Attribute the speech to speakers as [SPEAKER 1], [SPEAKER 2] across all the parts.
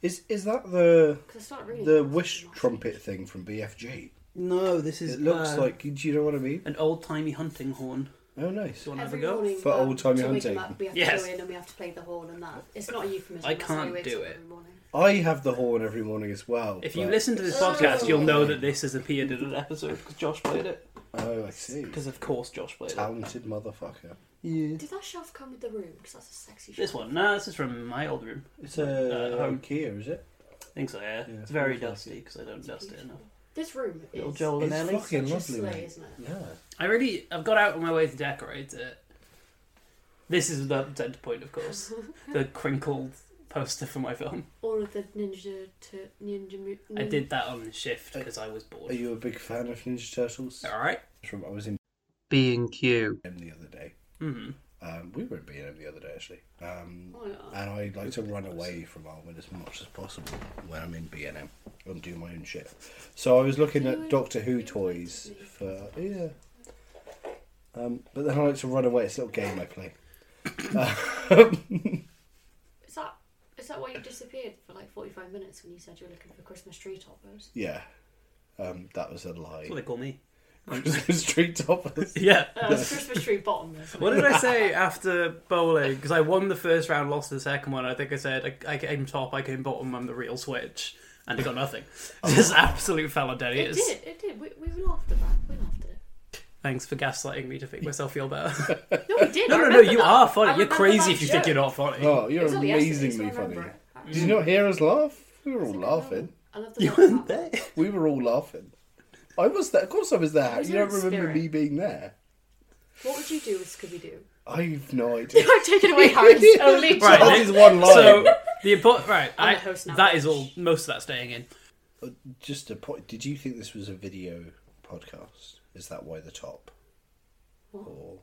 [SPEAKER 1] Is is that the
[SPEAKER 2] Because it's not really
[SPEAKER 1] the
[SPEAKER 2] much
[SPEAKER 1] wish
[SPEAKER 2] much.
[SPEAKER 1] trumpet thing from BFG?
[SPEAKER 3] No, this is
[SPEAKER 1] It looks
[SPEAKER 3] uh,
[SPEAKER 1] like. Do you know what I mean?
[SPEAKER 3] an old timey hunting horn.
[SPEAKER 1] Oh, nice.
[SPEAKER 3] Do you want to have a
[SPEAKER 2] Every
[SPEAKER 3] go?
[SPEAKER 2] morning
[SPEAKER 1] For
[SPEAKER 2] um,
[SPEAKER 1] old-timey
[SPEAKER 2] to wake 'em
[SPEAKER 1] hunting.
[SPEAKER 2] up, we have
[SPEAKER 3] Yes.
[SPEAKER 2] to go in and we have to play the horn and that. It's not a euphemism.
[SPEAKER 3] I
[SPEAKER 2] that's how he
[SPEAKER 3] can't
[SPEAKER 2] wakes
[SPEAKER 3] do
[SPEAKER 2] up
[SPEAKER 3] it.
[SPEAKER 2] every morning.
[SPEAKER 1] I have the horn every morning as well.
[SPEAKER 3] If you
[SPEAKER 1] but-
[SPEAKER 3] listen to this
[SPEAKER 2] Oh.
[SPEAKER 3] podcast, you'll know that this has appeared in an episode because Josh played it.
[SPEAKER 1] oh, I see.
[SPEAKER 3] Because of course Josh played it.
[SPEAKER 1] Talented motherfucker.
[SPEAKER 3] Yeah.
[SPEAKER 2] Did that shelf come with the room? Because that's a sexy
[SPEAKER 3] This
[SPEAKER 2] shelf.
[SPEAKER 3] one, nah, this is from my old room.
[SPEAKER 1] It's a
[SPEAKER 3] Uh,
[SPEAKER 1] home
[SPEAKER 3] home.
[SPEAKER 1] Kia, is it?
[SPEAKER 3] I think so. Yeah,
[SPEAKER 1] Yeah,
[SPEAKER 3] it's very
[SPEAKER 1] looks like
[SPEAKER 3] dusty because I don't
[SPEAKER 2] It's
[SPEAKER 3] dust it
[SPEAKER 2] beautiful.
[SPEAKER 3] enough.
[SPEAKER 2] This room is
[SPEAKER 3] Little Joel and
[SPEAKER 1] It's
[SPEAKER 3] Ellie.
[SPEAKER 1] fucking
[SPEAKER 2] such a
[SPEAKER 1] lovely,
[SPEAKER 2] slay,
[SPEAKER 1] mate.
[SPEAKER 2] isn't it?
[SPEAKER 1] Yeah.
[SPEAKER 3] I really, I've got out of my way to decorate it. This is the dead point, of course. the crinkled poster for my film.
[SPEAKER 2] All of the ninja to ninja. Mu-
[SPEAKER 3] I did that on the shift because I was
[SPEAKER 1] Are
[SPEAKER 3] bored.
[SPEAKER 1] you a big fan of Ninja Turtles?
[SPEAKER 3] All right.
[SPEAKER 1] It's From I was in
[SPEAKER 3] B and Q.
[SPEAKER 1] BM the other day.
[SPEAKER 3] Mm-hmm.
[SPEAKER 1] Um, we were in BM the other day actually. Um,
[SPEAKER 2] Oh, yeah.
[SPEAKER 1] and I like to run away from Almond as much as possible when I'm in BNM and do my own shit. So I was looking at Doctor Who toys for yeah. Um, but then I like to run away. It's a little game I play. Um,
[SPEAKER 2] Is that is that why you disappeared for like forty five minutes when you said you were looking for Christmas tree toppers?
[SPEAKER 1] yeah, um, that was a lie.
[SPEAKER 3] That's what they call me.
[SPEAKER 1] Street toppers.
[SPEAKER 3] Yeah.
[SPEAKER 2] Uh, it's Christmas tree bottomless.
[SPEAKER 3] What did I say after bowling? Because I won the first round, lost the second one. I think I said I, I came top, I came bottom. I'm the real switch, and I got nothing.
[SPEAKER 1] Oh.
[SPEAKER 3] Just absolute fellow
[SPEAKER 2] It
[SPEAKER 3] deniers.
[SPEAKER 2] did. It did. We, we laughed at that. We laughed at it.
[SPEAKER 3] Thanks for gaslighting me to make myself feel better.
[SPEAKER 2] No, we did.
[SPEAKER 3] no,
[SPEAKER 2] I
[SPEAKER 3] no, no.
[SPEAKER 2] remember
[SPEAKER 3] You
[SPEAKER 2] that.
[SPEAKER 3] are
[SPEAKER 2] I
[SPEAKER 3] funny. You're
[SPEAKER 2] remember
[SPEAKER 3] crazy
[SPEAKER 2] that
[SPEAKER 3] if you think
[SPEAKER 2] joke.
[SPEAKER 3] you're not funny.
[SPEAKER 1] Oh,
[SPEAKER 2] It
[SPEAKER 1] you're
[SPEAKER 2] was only yesterday, so
[SPEAKER 1] amazingly
[SPEAKER 2] I
[SPEAKER 1] funny.
[SPEAKER 2] remember it.
[SPEAKER 1] Did you not hear us laugh? We were all laughing.
[SPEAKER 2] I love the
[SPEAKER 3] You
[SPEAKER 2] laugh
[SPEAKER 3] weren't
[SPEAKER 2] at
[SPEAKER 3] there.
[SPEAKER 2] that.
[SPEAKER 1] We were all laughing. I was there. Of course, I was there.
[SPEAKER 2] was
[SPEAKER 1] you
[SPEAKER 2] there
[SPEAKER 1] don't
[SPEAKER 2] in
[SPEAKER 1] remember
[SPEAKER 2] spirit.
[SPEAKER 1] me being there.
[SPEAKER 2] What would you do with Scooby Doo?
[SPEAKER 1] I've no idea.
[SPEAKER 2] I've taken away Harry's only
[SPEAKER 3] Right,
[SPEAKER 1] that
[SPEAKER 2] job.
[SPEAKER 3] then-
[SPEAKER 1] is one line.
[SPEAKER 3] So the important right.
[SPEAKER 2] I'm
[SPEAKER 3] I,
[SPEAKER 2] the host now,
[SPEAKER 3] that
[SPEAKER 2] bitch.
[SPEAKER 3] is all. Most of that staying in.
[SPEAKER 1] Just a point. Did you think this was a video podcast? Is that why the top?
[SPEAKER 2] What?
[SPEAKER 1] Or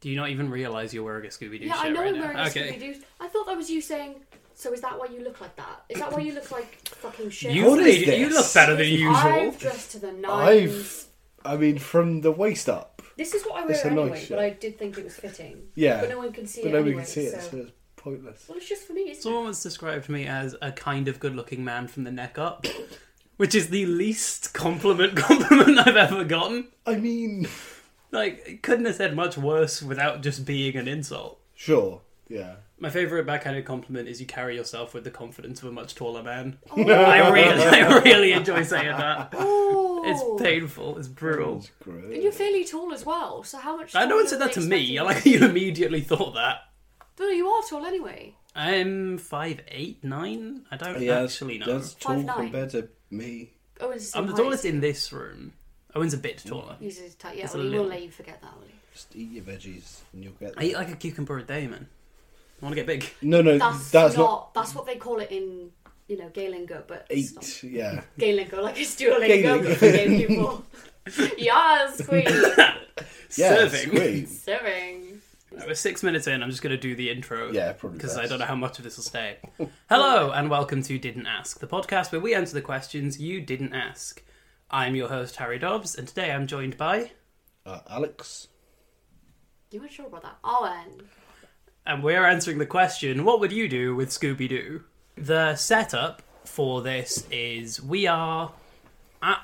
[SPEAKER 3] Do you not even realize you're wearing a Scooby Doo
[SPEAKER 2] Yeah,
[SPEAKER 3] shirt
[SPEAKER 2] I know
[SPEAKER 3] right
[SPEAKER 2] I'm
[SPEAKER 3] now?
[SPEAKER 2] wearing a
[SPEAKER 3] okay.
[SPEAKER 2] Scooby Doo. I thought that was you saying. So is that why you look like that? Is that why you look like fucking shit?
[SPEAKER 3] You,
[SPEAKER 1] What is
[SPEAKER 3] you
[SPEAKER 1] this?
[SPEAKER 3] look better than usual.
[SPEAKER 2] I've dressed to the nines.
[SPEAKER 1] I've. I mean, from the waist up.
[SPEAKER 2] This is what I
[SPEAKER 1] It's
[SPEAKER 2] wear
[SPEAKER 1] a nice
[SPEAKER 2] anyway,
[SPEAKER 1] shirt.
[SPEAKER 2] but I did think it was fitting.
[SPEAKER 1] Yeah.
[SPEAKER 2] But no one can see
[SPEAKER 1] But
[SPEAKER 2] it.
[SPEAKER 1] nobody
[SPEAKER 2] anyway,
[SPEAKER 1] can see it,
[SPEAKER 2] so-
[SPEAKER 1] so it's pointless.
[SPEAKER 2] Well, it's just for me. It's
[SPEAKER 3] Someone once described me as a kind of good looking man from the neck up, which is the least compliment compliment I've ever gotten.
[SPEAKER 1] I mean,
[SPEAKER 3] Like, it couldn't have said much worse without just being an insult.
[SPEAKER 1] sure. Yeah.
[SPEAKER 3] My favourite backhanded compliment is you carry yourself with the confidence of a much taller man. I really, I really enjoy saying that.
[SPEAKER 2] oh,
[SPEAKER 3] It's painful. It's brutal.
[SPEAKER 1] That's great.
[SPEAKER 2] And you're fairly tall as well. So how much?
[SPEAKER 3] I no
[SPEAKER 2] taller
[SPEAKER 3] one said that to
[SPEAKER 2] were they
[SPEAKER 3] me. I
[SPEAKER 2] expecting
[SPEAKER 3] like
[SPEAKER 2] you
[SPEAKER 3] you immediately thought that.
[SPEAKER 2] No, no, you are tall anyway.
[SPEAKER 3] I'm five eight nine. I don't
[SPEAKER 1] Yeah, that's-
[SPEAKER 3] actually know.
[SPEAKER 1] That's tall
[SPEAKER 2] 5'9".
[SPEAKER 1] compared to me.
[SPEAKER 2] Owen's Oh, the same
[SPEAKER 3] I'm the
[SPEAKER 2] height.
[SPEAKER 3] tallest in this room. Owen's a bit taller.
[SPEAKER 2] He's a tight. Yeah,
[SPEAKER 3] It's a
[SPEAKER 2] well, he will
[SPEAKER 3] little-
[SPEAKER 2] let you forget that, will he?
[SPEAKER 1] Just eat your veggies and you'll get.
[SPEAKER 3] I eat like a cucumber a day, man. I want to get big.
[SPEAKER 1] No, no,
[SPEAKER 2] That's,
[SPEAKER 1] that's,
[SPEAKER 2] not,
[SPEAKER 1] not,
[SPEAKER 2] That's what they call it in you know Gaelingo, but it's not.
[SPEAKER 1] eight. Yeah,
[SPEAKER 2] Gaelingo, like it's Duolingo,
[SPEAKER 1] Gaelingo.
[SPEAKER 2] but for gay people. yes, queen.
[SPEAKER 1] yeah,
[SPEAKER 3] Serving.
[SPEAKER 1] sweet.
[SPEAKER 2] Serving.
[SPEAKER 3] Right, We're six minutes in. I'm just going to do the intro.
[SPEAKER 1] Yeah, probably
[SPEAKER 3] Because I
[SPEAKER 1] best.
[SPEAKER 3] don't know how much of this will stay. Hello, and welcome to Didn't Ask, the podcast where we answer the questions you didn't ask. I'm your host, Harry Dobbs, and today I'm joined by.
[SPEAKER 1] Uh, Alex,
[SPEAKER 2] You weren't sure about that. Oh, Owen.
[SPEAKER 3] And we're answering the question what would you do with Scooby Doo? The setup for this is we are at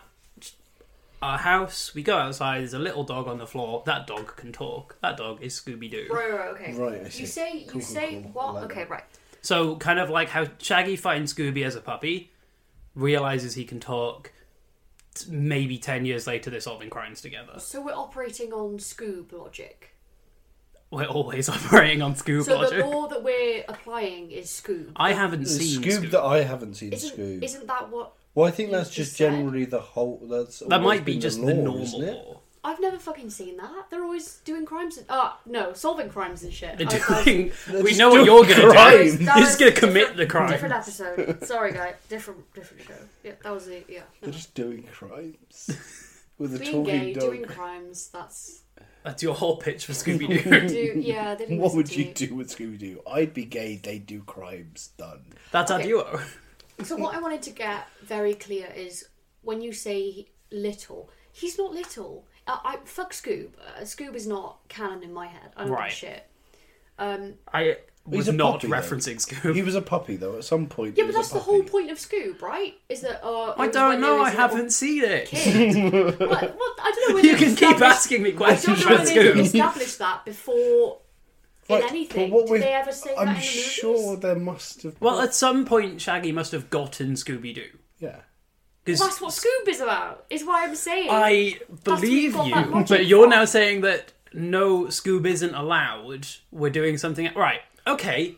[SPEAKER 3] our house, we go outside, there's a little dog on the floor. That dog can talk. That dog is Scooby Doo.
[SPEAKER 2] Right, right, okay.
[SPEAKER 1] Right, I see.
[SPEAKER 2] You say, you
[SPEAKER 1] Cool, cool,
[SPEAKER 2] say
[SPEAKER 1] cool. I
[SPEAKER 2] what?
[SPEAKER 1] like
[SPEAKER 2] okay,
[SPEAKER 1] that.
[SPEAKER 2] right.
[SPEAKER 3] So kind of like how Shaggy finds Scooby as a puppy, realizes he can talk. t- Maybe ten years later, they're solving crimes together.
[SPEAKER 2] So we're operating on Scoob logic.
[SPEAKER 3] We're always operating on Scoob
[SPEAKER 2] So
[SPEAKER 3] logic.
[SPEAKER 2] the law that we're applying is Scoob.
[SPEAKER 3] I haven't seen
[SPEAKER 1] Scoob,
[SPEAKER 3] Scoob.
[SPEAKER 1] that I haven't seen
[SPEAKER 2] Isn't,
[SPEAKER 1] Scoob.
[SPEAKER 2] isn't that what?
[SPEAKER 1] well, I think
[SPEAKER 2] you
[SPEAKER 1] that's
[SPEAKER 2] just
[SPEAKER 1] just
[SPEAKER 2] said?
[SPEAKER 1] generally the whole. That's
[SPEAKER 3] That
[SPEAKER 1] always
[SPEAKER 3] might be
[SPEAKER 1] been
[SPEAKER 3] just
[SPEAKER 1] the,
[SPEAKER 3] the
[SPEAKER 1] law,
[SPEAKER 3] normal
[SPEAKER 1] isn't it?
[SPEAKER 3] law.
[SPEAKER 2] I've never fucking seen that. They're always doing crimes and ah no, solving crimes and shit.
[SPEAKER 3] They're
[SPEAKER 2] I was like,
[SPEAKER 3] doing. we
[SPEAKER 1] just
[SPEAKER 3] know what
[SPEAKER 1] doing
[SPEAKER 3] you're gonna
[SPEAKER 1] crimes.
[SPEAKER 3] do.
[SPEAKER 2] That
[SPEAKER 3] You're
[SPEAKER 2] was
[SPEAKER 3] just gonna commit
[SPEAKER 2] different-
[SPEAKER 3] the crime.
[SPEAKER 2] Different episode. Sorry, guys. Different, different show. Yeah, that was it. Yeah.
[SPEAKER 1] They're just doing crimes with a
[SPEAKER 2] Being
[SPEAKER 1] talking
[SPEAKER 2] gay,
[SPEAKER 1] dog.
[SPEAKER 2] doing crimes. That's
[SPEAKER 3] That's your whole pitch for Scooby Doo.
[SPEAKER 2] do yeah. They didn't
[SPEAKER 1] What
[SPEAKER 2] listen
[SPEAKER 1] would
[SPEAKER 2] to
[SPEAKER 1] you do with Scooby Doo? I'd be gay. They do crimes. Done.
[SPEAKER 3] That's our
[SPEAKER 2] Okay.
[SPEAKER 3] duo.
[SPEAKER 2] So what I wanted to get very clear is when you say little, he's not little. Uh, I fuck Scoob. Uh, Scoob is not canon in my head. I don't give a
[SPEAKER 3] Right.
[SPEAKER 2] shit. Um,
[SPEAKER 3] I was
[SPEAKER 1] a
[SPEAKER 3] not
[SPEAKER 1] puppy, though.
[SPEAKER 3] referencing Scoob.
[SPEAKER 1] He was a puppy though. At some point,
[SPEAKER 2] Yeah,
[SPEAKER 1] he was
[SPEAKER 2] but that's
[SPEAKER 1] a
[SPEAKER 2] the
[SPEAKER 1] puppy.
[SPEAKER 2] whole point of Scoob, right? Is that uh, it
[SPEAKER 3] I
[SPEAKER 2] was
[SPEAKER 3] don't
[SPEAKER 2] when
[SPEAKER 3] know.
[SPEAKER 2] there
[SPEAKER 3] I
[SPEAKER 2] was a little
[SPEAKER 3] haven't seen it.
[SPEAKER 2] Kid. well, well, I don't know. whether
[SPEAKER 3] You
[SPEAKER 2] it's
[SPEAKER 3] can keep
[SPEAKER 2] established-
[SPEAKER 3] asking me
[SPEAKER 2] I don't
[SPEAKER 3] questions
[SPEAKER 2] know
[SPEAKER 3] about
[SPEAKER 2] whether they
[SPEAKER 3] Scoob.
[SPEAKER 2] established that before
[SPEAKER 1] Right,
[SPEAKER 2] in anything.
[SPEAKER 1] but what we-
[SPEAKER 2] Did they ever say
[SPEAKER 1] I'm
[SPEAKER 2] that in the movies?
[SPEAKER 1] sure there must have.
[SPEAKER 3] Well, at some point, Shaggy must have gotten Scooby Doo.
[SPEAKER 1] yeah.
[SPEAKER 2] That's what Scoob is about. Is what I'm saying.
[SPEAKER 3] I
[SPEAKER 2] where you
[SPEAKER 3] believe
[SPEAKER 2] got
[SPEAKER 3] you,
[SPEAKER 2] that logic
[SPEAKER 3] but you're
[SPEAKER 2] from.
[SPEAKER 3] now saying that no, Scoob isn't allowed. We're doing something right. Okay.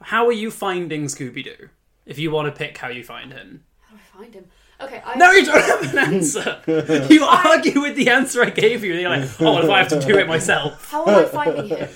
[SPEAKER 3] How are you finding Scooby Doo? If you want to pick how you find him,
[SPEAKER 2] How do Oh, I find him? Okay. I,
[SPEAKER 3] no, you don't have an answer. You argue with the answer I gave you. You're like, oh, well, if I have to do it myself,
[SPEAKER 2] How am I finding him?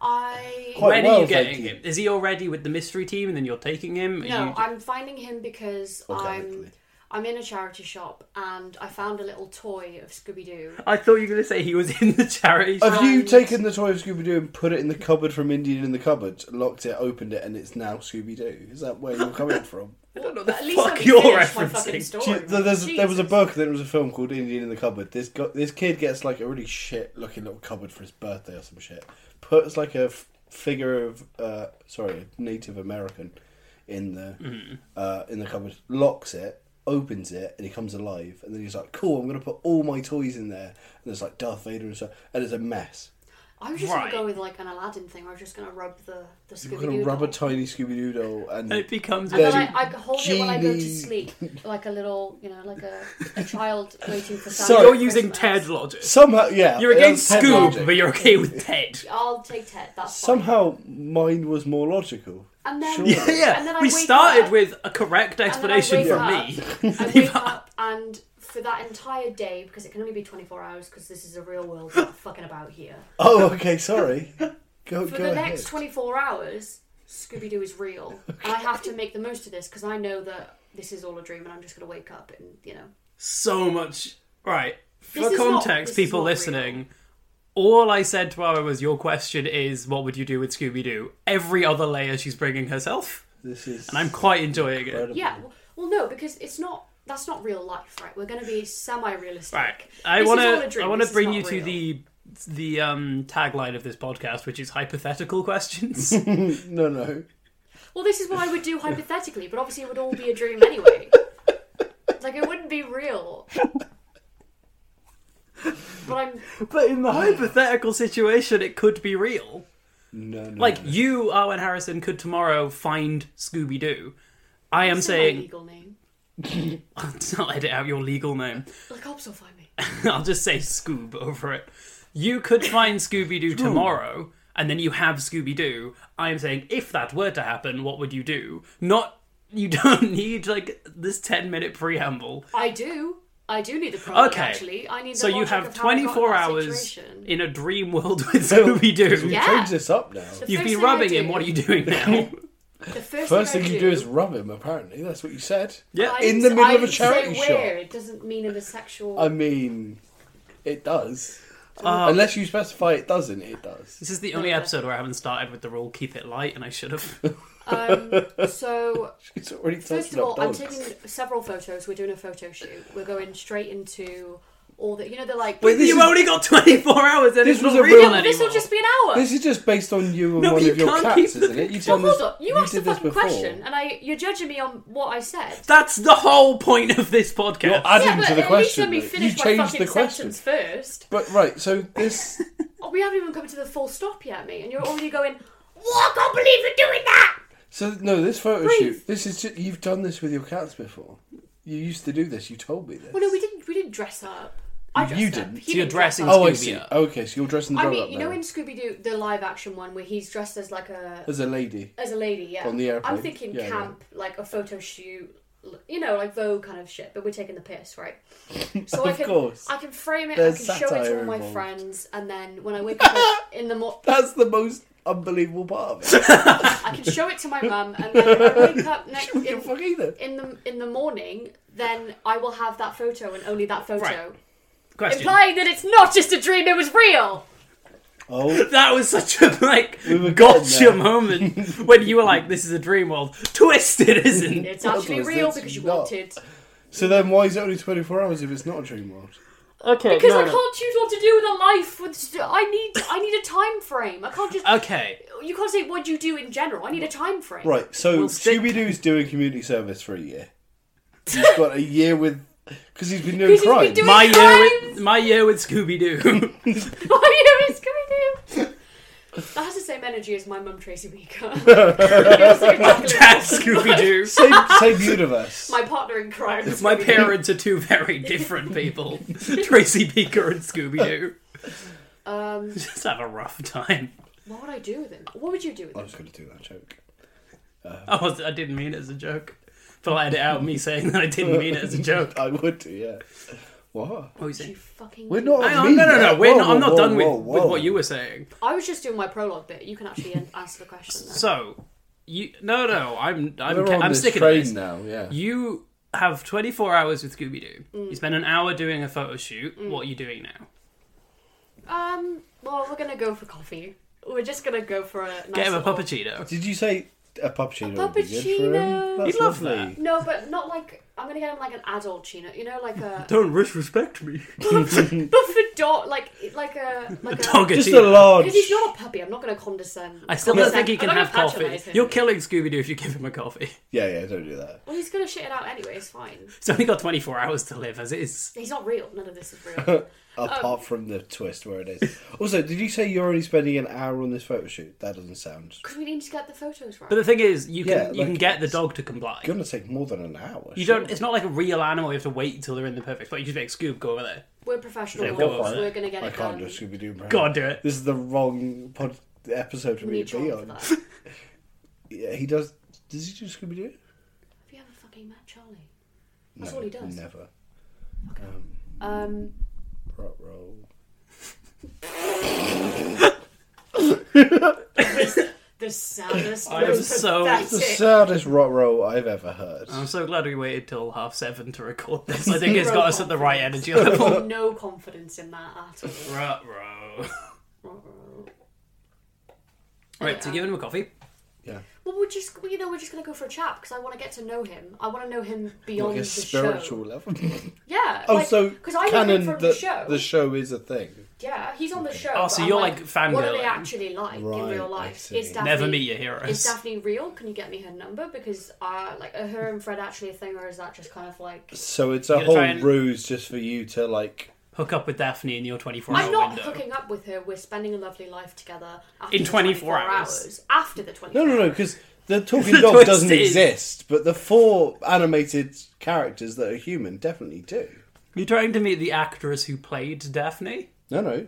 [SPEAKER 2] I
[SPEAKER 1] Quite
[SPEAKER 3] when
[SPEAKER 1] well,
[SPEAKER 3] are you
[SPEAKER 1] thank
[SPEAKER 3] getting
[SPEAKER 1] you.
[SPEAKER 3] him? Is he already with the mystery team, and then you're taking him? Are
[SPEAKER 2] no.
[SPEAKER 3] you-
[SPEAKER 2] I'm finding him because I'm
[SPEAKER 1] Organically.
[SPEAKER 2] I'm in a charity shop and I found a little toy of Scooby Doo.
[SPEAKER 3] I thought you were going to say he was in the charity.
[SPEAKER 2] Oh,
[SPEAKER 1] Have you
[SPEAKER 2] And-
[SPEAKER 1] taken the toy of Scooby Doo and put it in the cupboard from Indian in the cupboard, locked it, opened it, and it's now Scooby Doo? Is that where you're coming from?
[SPEAKER 3] I don't know the
[SPEAKER 2] At least I
[SPEAKER 3] fuck
[SPEAKER 2] can
[SPEAKER 3] you're
[SPEAKER 2] finish my fucking
[SPEAKER 3] referencing.
[SPEAKER 2] story.
[SPEAKER 1] Do you- there, there's- there was a
[SPEAKER 2] Jesus.
[SPEAKER 1] book, then there was a film called Indian in the Cupboard. This go, this kid gets like a really shit looking little cupboard for his birthday or some shit. Puts like a f- figure of uh, sorry, a Native American in the
[SPEAKER 3] Mm-hmm.
[SPEAKER 1] uh, in the cupboard. Locks it, opens it, and he comes alive. And then he's like, "Cool, I'm gonna put all my toys in there." And there's like Darth Vader and stuff, and it's a mess.
[SPEAKER 2] I was just
[SPEAKER 3] Right.
[SPEAKER 2] gonna go with like an Aladdin thing. Where I was just gonna rub the the Scooby Doo.
[SPEAKER 1] You're gonna rub a tiny Scooby Doo doll, and
[SPEAKER 3] It becomes
[SPEAKER 2] And
[SPEAKER 3] a
[SPEAKER 2] then
[SPEAKER 1] Very
[SPEAKER 2] I, I hold it when I go to
[SPEAKER 1] genie.
[SPEAKER 2] sleep, like a little, you know, like a, a child waiting for
[SPEAKER 1] So-
[SPEAKER 2] Santa.
[SPEAKER 3] You're
[SPEAKER 2] at
[SPEAKER 3] using
[SPEAKER 2] Christmas.
[SPEAKER 3] Ted logic.
[SPEAKER 1] somehow, yeah,
[SPEAKER 3] You're
[SPEAKER 1] it
[SPEAKER 3] against
[SPEAKER 1] was Ted
[SPEAKER 3] Scoob,
[SPEAKER 1] Logic.
[SPEAKER 3] but you're okay with Ted.
[SPEAKER 2] I'll take Ted. That's fine.
[SPEAKER 1] somehow mine was more logical.
[SPEAKER 2] And then,
[SPEAKER 1] Sure.
[SPEAKER 3] Yeah, yeah.
[SPEAKER 2] And then I
[SPEAKER 3] we
[SPEAKER 2] wake
[SPEAKER 3] started
[SPEAKER 2] up,
[SPEAKER 3] with a correct
[SPEAKER 2] and then I
[SPEAKER 3] explanation
[SPEAKER 2] wake
[SPEAKER 3] from
[SPEAKER 2] up-
[SPEAKER 3] me.
[SPEAKER 2] I wake up and for that entire day because it can only be 24 hours because this is a real world we're not fucking about here.
[SPEAKER 1] Oh, okay, sorry. Go, go
[SPEAKER 2] For the
[SPEAKER 1] ahead.
[SPEAKER 2] next 24 hours, Scooby Doo is real, and I have to make the most of this because I know that this is all a dream, and I'm just gonna wake up and you know.
[SPEAKER 3] So much. Right. For
[SPEAKER 2] This is not- this
[SPEAKER 3] context,
[SPEAKER 2] is
[SPEAKER 3] people
[SPEAKER 2] not
[SPEAKER 3] listening, all I said to her was, Your question is, what would you do with Scooby Doo? Every other layer she's bringing herself,
[SPEAKER 1] This is.
[SPEAKER 3] and I'm quite enjoying it.
[SPEAKER 1] incredible.
[SPEAKER 2] Yeah. w- Well, no, because it's not. That's not real life, right? We're going to be semi-realistic.
[SPEAKER 3] Right. I
[SPEAKER 2] This is
[SPEAKER 3] want
[SPEAKER 2] all a
[SPEAKER 3] to.
[SPEAKER 2] dream.
[SPEAKER 3] I want to
[SPEAKER 2] This is
[SPEAKER 3] bring
[SPEAKER 2] not
[SPEAKER 3] you to
[SPEAKER 2] real.
[SPEAKER 3] the the um, tagline of this podcast, which is hypothetical questions.
[SPEAKER 1] No, no.
[SPEAKER 2] Well, this is what I would do hypothetically, but obviously it would all be a dream anyway. like it wouldn't be real. But I'm.
[SPEAKER 3] but in the hypothetical situation, it could be real.
[SPEAKER 1] No, no.
[SPEAKER 3] Like
[SPEAKER 1] no.
[SPEAKER 3] you, Owen Harrison, could tomorrow find Scooby Doo. I am
[SPEAKER 2] It's not my
[SPEAKER 3] saying,
[SPEAKER 2] legal name.
[SPEAKER 3] I'll edit out your legal name.
[SPEAKER 2] The cops will find me.
[SPEAKER 3] I'll just say Scoob over it. You could find Scooby Doo tomorrow, and then you have Scooby Doo. I am saying, if that were to happen, what would you do? Not you don't need like this ten minute preamble.
[SPEAKER 2] I do. I do need the problem.
[SPEAKER 3] Okay.
[SPEAKER 2] Actually, I need. The
[SPEAKER 3] So you
[SPEAKER 2] logic
[SPEAKER 3] have
[SPEAKER 2] of how I got in
[SPEAKER 3] twenty four
[SPEAKER 2] that
[SPEAKER 3] hours
[SPEAKER 2] situation.
[SPEAKER 3] in a dream world with Scooby Doo.
[SPEAKER 1] We
[SPEAKER 2] Yeah.
[SPEAKER 1] change this up now.
[SPEAKER 2] The
[SPEAKER 3] You've
[SPEAKER 2] first
[SPEAKER 3] been
[SPEAKER 2] thing I
[SPEAKER 3] rubbing him.
[SPEAKER 2] do-
[SPEAKER 3] What are you doing now?
[SPEAKER 2] The first,
[SPEAKER 1] First
[SPEAKER 2] thing,
[SPEAKER 1] thing you do is rub him. Apparently, that's what you said.
[SPEAKER 3] yeah.
[SPEAKER 1] in the middle of a charity
[SPEAKER 2] say
[SPEAKER 1] shop.
[SPEAKER 2] Where. It doesn't mean in a sexual.
[SPEAKER 1] I mean, it does.
[SPEAKER 3] Oh.
[SPEAKER 1] Unless you specify it doesn't, it does.
[SPEAKER 3] This is the only episode where I haven't started with the rule "keep it light," and I should have.
[SPEAKER 2] Um,
[SPEAKER 1] Uh,
[SPEAKER 2] so
[SPEAKER 1] It's already
[SPEAKER 2] First
[SPEAKER 1] touching
[SPEAKER 2] of
[SPEAKER 1] up
[SPEAKER 2] all, I'm
[SPEAKER 1] dogs.
[SPEAKER 2] taking several photos. We're doing a photo shoot. We're going straight into all the, you know, they're like,
[SPEAKER 1] Wait, this
[SPEAKER 3] You've
[SPEAKER 1] is-
[SPEAKER 3] only got 24 hours and
[SPEAKER 1] This
[SPEAKER 3] it's
[SPEAKER 1] was
[SPEAKER 3] not
[SPEAKER 1] a
[SPEAKER 3] real
[SPEAKER 1] real-
[SPEAKER 2] "Oh, this will
[SPEAKER 3] anymore.
[SPEAKER 2] just be an hour.
[SPEAKER 1] This is just based on you and
[SPEAKER 3] No,
[SPEAKER 1] one
[SPEAKER 3] but
[SPEAKER 1] of
[SPEAKER 3] you
[SPEAKER 1] your
[SPEAKER 3] can't keep
[SPEAKER 1] cats,
[SPEAKER 3] the
[SPEAKER 1] isn't it? You've
[SPEAKER 2] Well,
[SPEAKER 1] done
[SPEAKER 2] hold
[SPEAKER 1] this.
[SPEAKER 2] on. You,
[SPEAKER 1] you
[SPEAKER 2] asked a
[SPEAKER 1] did this
[SPEAKER 2] fucking
[SPEAKER 1] before.
[SPEAKER 2] question, and I you're judging me on what I said.
[SPEAKER 3] That's the whole point of this podcast.
[SPEAKER 1] You're adding
[SPEAKER 2] yeah, but
[SPEAKER 1] to the
[SPEAKER 2] at
[SPEAKER 1] question.
[SPEAKER 2] least let me
[SPEAKER 1] though. You
[SPEAKER 2] finish my
[SPEAKER 1] changed
[SPEAKER 2] fucking
[SPEAKER 1] the question.
[SPEAKER 2] sentence first.
[SPEAKER 1] But right, so this
[SPEAKER 2] Oh, we haven't even come to the full stop yet, mate, and you're already going. What? I can't believe you're doing that.
[SPEAKER 1] So no, this photo
[SPEAKER 2] Breathe.
[SPEAKER 1] shoot. This is ju- you've done this with your cats before. You used to do this. You told me this.
[SPEAKER 2] Well, no, we didn't. We didn't dress up. I dressed
[SPEAKER 1] You
[SPEAKER 2] Up.
[SPEAKER 1] didn't.
[SPEAKER 2] He
[SPEAKER 3] So you're
[SPEAKER 2] didn't dress
[SPEAKER 3] dressing
[SPEAKER 2] up.
[SPEAKER 1] oh, I
[SPEAKER 3] Scooby
[SPEAKER 1] see.
[SPEAKER 3] up.
[SPEAKER 1] Okay, so you're dressing the
[SPEAKER 2] I
[SPEAKER 1] girl
[SPEAKER 2] mean,
[SPEAKER 1] up
[SPEAKER 2] you
[SPEAKER 1] now
[SPEAKER 2] know, in Scooby Doo, the live action one where he's dressed as like a
[SPEAKER 1] as a lady.
[SPEAKER 2] As a lady, yeah.
[SPEAKER 1] On the airplane.
[SPEAKER 2] I'm thinking
[SPEAKER 1] Yeah,
[SPEAKER 2] camp, like a photo shoot, l- you know, like Vogue kind of shit, but we're taking the piss, right? So I
[SPEAKER 1] Of
[SPEAKER 2] can,
[SPEAKER 1] course.
[SPEAKER 2] I can frame it,
[SPEAKER 1] There's
[SPEAKER 2] I can show it to
[SPEAKER 1] satire
[SPEAKER 2] all my
[SPEAKER 1] involved.
[SPEAKER 2] friends, and then when I wake up in the morning,
[SPEAKER 1] That's the most unbelievable part of it.
[SPEAKER 2] I can show it to my mum, and then when I wake up next
[SPEAKER 1] You're
[SPEAKER 2] in,
[SPEAKER 1] fuck either.
[SPEAKER 2] in the in the morning, then I will have that photo and only that photo,
[SPEAKER 3] Right. Question.
[SPEAKER 2] implying that it's not just a dream; it was real.
[SPEAKER 1] Oh,
[SPEAKER 3] that was such a like
[SPEAKER 1] were
[SPEAKER 3] gotcha
[SPEAKER 1] getting there.
[SPEAKER 3] moment when you were like, "This is a dream world." Twisted, isn't it?
[SPEAKER 2] It's actually
[SPEAKER 1] Otherwise,
[SPEAKER 2] real
[SPEAKER 1] it's
[SPEAKER 2] because you
[SPEAKER 1] not.
[SPEAKER 2] wanted.
[SPEAKER 1] so then why is it only twenty four hours if it's not a dream world?
[SPEAKER 3] Okay,
[SPEAKER 2] Because
[SPEAKER 3] no,
[SPEAKER 2] I
[SPEAKER 3] no.
[SPEAKER 2] can't choose what to do with a life. With I need I need a time frame. I can't just
[SPEAKER 3] Okay,
[SPEAKER 2] you can't say what do you do in general. I need a time frame.
[SPEAKER 1] Right, so
[SPEAKER 3] We'll stick-
[SPEAKER 1] Scooby Doo's doing community service for a year. He's got a year with. Because he's been doing
[SPEAKER 2] 'Cause
[SPEAKER 1] crime.
[SPEAKER 2] he's been doing-
[SPEAKER 3] my year
[SPEAKER 2] Crimes!
[SPEAKER 3] with my year with Scooby Doo.
[SPEAKER 2] What is Scooby Doo? That has the same energy as my mum Tracy Beaker. You're so exactly
[SPEAKER 3] Dad Scooby Doo.
[SPEAKER 1] same, same universe.
[SPEAKER 2] my partner in crime. is
[SPEAKER 3] My
[SPEAKER 2] Scooby-Doo.
[SPEAKER 3] parents are two very different people, Tracy Beaker and Scooby Doo.
[SPEAKER 2] Um,
[SPEAKER 3] Just have a rough time.
[SPEAKER 2] what would I do with him? What would you do with
[SPEAKER 1] I
[SPEAKER 2] him?
[SPEAKER 1] was going to do that joke.
[SPEAKER 3] I was I didn't mean it as a joke, but I had it out me saying that I didn't mean it as a joke.
[SPEAKER 1] I would do, yeah. What?
[SPEAKER 3] What were you
[SPEAKER 2] You
[SPEAKER 3] saying?
[SPEAKER 2] fucking.
[SPEAKER 1] Oh, We're not.
[SPEAKER 3] Hang on,
[SPEAKER 1] mean
[SPEAKER 3] no, no, no.
[SPEAKER 1] that.
[SPEAKER 3] We're
[SPEAKER 1] Whoa,
[SPEAKER 3] not, I'm
[SPEAKER 1] whoa,
[SPEAKER 3] not
[SPEAKER 1] whoa,
[SPEAKER 3] done with,
[SPEAKER 1] whoa,
[SPEAKER 3] with
[SPEAKER 1] whoa.
[SPEAKER 3] what you were saying.
[SPEAKER 2] I was just doing my prologue bit. You can actually an- answer the question. Then.
[SPEAKER 3] So you no no I'm I'm
[SPEAKER 1] We're on
[SPEAKER 3] I'm
[SPEAKER 1] this
[SPEAKER 3] sticking to
[SPEAKER 1] train
[SPEAKER 3] this.
[SPEAKER 1] now. Yeah.
[SPEAKER 3] You have 24 hours with Scooby Doo. You spend an hour doing a photo shoot. What are you doing now?
[SPEAKER 2] Um. Well, we're gonna go for coffee. We're just gonna go for a. Nice
[SPEAKER 3] Get him a
[SPEAKER 2] little-
[SPEAKER 3] puppuccino.
[SPEAKER 1] Did you say a puppuccino?
[SPEAKER 2] A
[SPEAKER 1] would be good for
[SPEAKER 2] puppuccino.
[SPEAKER 1] him? That's
[SPEAKER 3] He'd love
[SPEAKER 1] lovely.
[SPEAKER 2] No, but not like I'm gonna get him like an adult chino. You know, like a
[SPEAKER 3] Don't disrespect me.
[SPEAKER 2] but for dog, like like a like a.
[SPEAKER 3] Dog
[SPEAKER 1] Just a large.
[SPEAKER 2] Because he's not a puppy, I'm not going to condescend.
[SPEAKER 3] I still don't
[SPEAKER 2] condescend.
[SPEAKER 3] think he can
[SPEAKER 2] I'm not
[SPEAKER 3] have
[SPEAKER 2] gonna
[SPEAKER 3] coffee.
[SPEAKER 2] patronise him.
[SPEAKER 3] You're killing Scooby Doo if you give him a coffee.
[SPEAKER 1] Yeah, yeah. Don't do that.
[SPEAKER 2] Well, he's going to shit it out anyway. It's fine.
[SPEAKER 3] He's only got 24 hours to live as is.
[SPEAKER 2] He's not real. None of this is real.
[SPEAKER 1] Apart from the twist where it is. Also, did you say you're only spending an hour on this photo shoot? That doesn't sound.
[SPEAKER 2] Because we need to get the photos right.
[SPEAKER 3] But the thing is, you can
[SPEAKER 1] Yeah,
[SPEAKER 3] you can
[SPEAKER 1] like-
[SPEAKER 3] get the dog to comply.
[SPEAKER 1] Gonna take more than an hour.
[SPEAKER 3] You don't. It's not like a real animal. You have to wait until they're in the perfect spot. You just make Scoob go over there.
[SPEAKER 2] We're professional.
[SPEAKER 3] Yeah,
[SPEAKER 2] ones.
[SPEAKER 3] go
[SPEAKER 2] we're going
[SPEAKER 3] on.
[SPEAKER 2] to get
[SPEAKER 1] I
[SPEAKER 2] it
[SPEAKER 1] can't
[SPEAKER 2] done.
[SPEAKER 1] do Scooby Doo. Brown.
[SPEAKER 3] God, do it.
[SPEAKER 1] This is the wrong pod episode for
[SPEAKER 2] We
[SPEAKER 1] me
[SPEAKER 2] need
[SPEAKER 1] to be
[SPEAKER 2] John for
[SPEAKER 1] on.
[SPEAKER 2] that. Have
[SPEAKER 1] Yeah, he does. Does he do Scooby Doo?
[SPEAKER 2] you ever fucking met Charlie?
[SPEAKER 1] No,
[SPEAKER 2] That's all he does.
[SPEAKER 1] Never.
[SPEAKER 2] Okay.
[SPEAKER 1] Um,
[SPEAKER 2] Um,
[SPEAKER 1] rot roll.
[SPEAKER 2] the saddest.
[SPEAKER 3] I am
[SPEAKER 2] most
[SPEAKER 3] so-
[SPEAKER 1] It's the
[SPEAKER 2] pathetic-
[SPEAKER 1] saddest rot roll I've ever heard.
[SPEAKER 3] I'm so glad we waited till half seven to record this. I think it's got us at the right
[SPEAKER 2] confidence.
[SPEAKER 3] energy level.
[SPEAKER 2] no confidence in that at all.
[SPEAKER 3] Ruh-roh.
[SPEAKER 2] Yeah.
[SPEAKER 3] Right, so give him a coffee.
[SPEAKER 1] yeah.
[SPEAKER 2] Well, we're just, you know, we're just going to go for a chat because I want to get to know him. I want to know him beyond
[SPEAKER 1] Like a
[SPEAKER 2] the
[SPEAKER 1] spiritual
[SPEAKER 2] show.
[SPEAKER 1] level.
[SPEAKER 2] Yeah.
[SPEAKER 1] oh,
[SPEAKER 2] like,
[SPEAKER 1] so
[SPEAKER 2] because I know him
[SPEAKER 1] canon
[SPEAKER 2] from
[SPEAKER 1] the,
[SPEAKER 2] the show.
[SPEAKER 1] the show is a thing.
[SPEAKER 2] Yeah, he's on the show.
[SPEAKER 3] Oh,
[SPEAKER 2] but
[SPEAKER 3] so
[SPEAKER 2] I'm
[SPEAKER 3] you're, like,
[SPEAKER 2] What are they
[SPEAKER 3] fangirling.
[SPEAKER 2] actually like in
[SPEAKER 1] Right,
[SPEAKER 2] real
[SPEAKER 1] I
[SPEAKER 2] life?
[SPEAKER 1] see.
[SPEAKER 2] Is Daphne,
[SPEAKER 3] Never meet your heroes.
[SPEAKER 2] Is Daphne real? Can you get me her number? Because uh, like, are her and Fred actually a thing, or is that just kind of like?
[SPEAKER 1] So it's a
[SPEAKER 3] You're
[SPEAKER 1] whole
[SPEAKER 3] trying-
[SPEAKER 1] ruse just for you to like.
[SPEAKER 3] Hook up with Daphne in your 24 hour
[SPEAKER 2] I'm not
[SPEAKER 3] window.
[SPEAKER 2] hooking up with her. We're spending a lovely life together after
[SPEAKER 3] In
[SPEAKER 2] the
[SPEAKER 3] 24 hours.
[SPEAKER 2] After the 24
[SPEAKER 1] No, no, no,
[SPEAKER 2] hours.
[SPEAKER 1] because the talking
[SPEAKER 3] The
[SPEAKER 1] dog
[SPEAKER 3] twist
[SPEAKER 1] doesn't
[SPEAKER 3] is-
[SPEAKER 1] exist, but the four animated characters that are human definitely do.
[SPEAKER 3] You're trying to meet the actress who played Daphne?
[SPEAKER 1] No, no.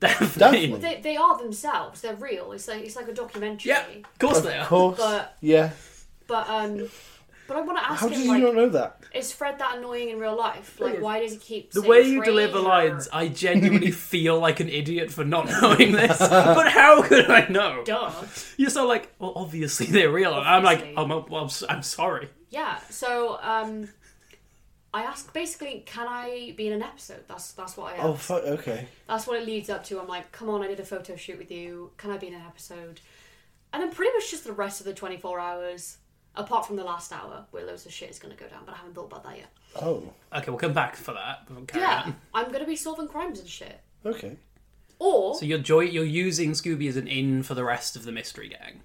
[SPEAKER 3] Daphne.
[SPEAKER 1] Daphne.
[SPEAKER 2] They, they are themselves. They're real. It's like it's like a documentary.
[SPEAKER 3] Yeah, of course they are.
[SPEAKER 1] Of course.
[SPEAKER 2] But-
[SPEAKER 1] yeah.
[SPEAKER 2] But um, but I want to ask
[SPEAKER 1] How did
[SPEAKER 2] him
[SPEAKER 1] you
[SPEAKER 2] like,
[SPEAKER 1] not know that?
[SPEAKER 2] is Fred that annoying in real life? Like, why does he keep
[SPEAKER 3] The
[SPEAKER 2] saying
[SPEAKER 3] way you
[SPEAKER 2] Frasier?
[SPEAKER 3] deliver lines, I genuinely feel like an idiot for not knowing this. But how could I know?
[SPEAKER 2] Duh.
[SPEAKER 3] You're so like, well, obviously they're real. And I'm like,
[SPEAKER 2] Obviously.
[SPEAKER 3] oh, well, well, I'm, s- I'm sorry.
[SPEAKER 2] Yeah, so um, I ask basically, can I be in an episode? That's that's what I ask.
[SPEAKER 1] Oh, fuck. Okay.
[SPEAKER 2] That's what it leads up to. I'm like, come on, I did a photo shoot with you. Can I be in an episode? And then pretty much just the rest of the 24 hours, apart from the last hour, where loads of shit is going to go down. But I haven't thought about that yet.
[SPEAKER 1] Oh.
[SPEAKER 3] Okay, we'll come back for that. but we'll carry
[SPEAKER 2] Yeah,
[SPEAKER 3] on.
[SPEAKER 2] I'm going to be solving crimes and shit.
[SPEAKER 1] Okay.
[SPEAKER 2] Or
[SPEAKER 3] So you're joy- you're using Scooby as an in for the rest of the mystery gang.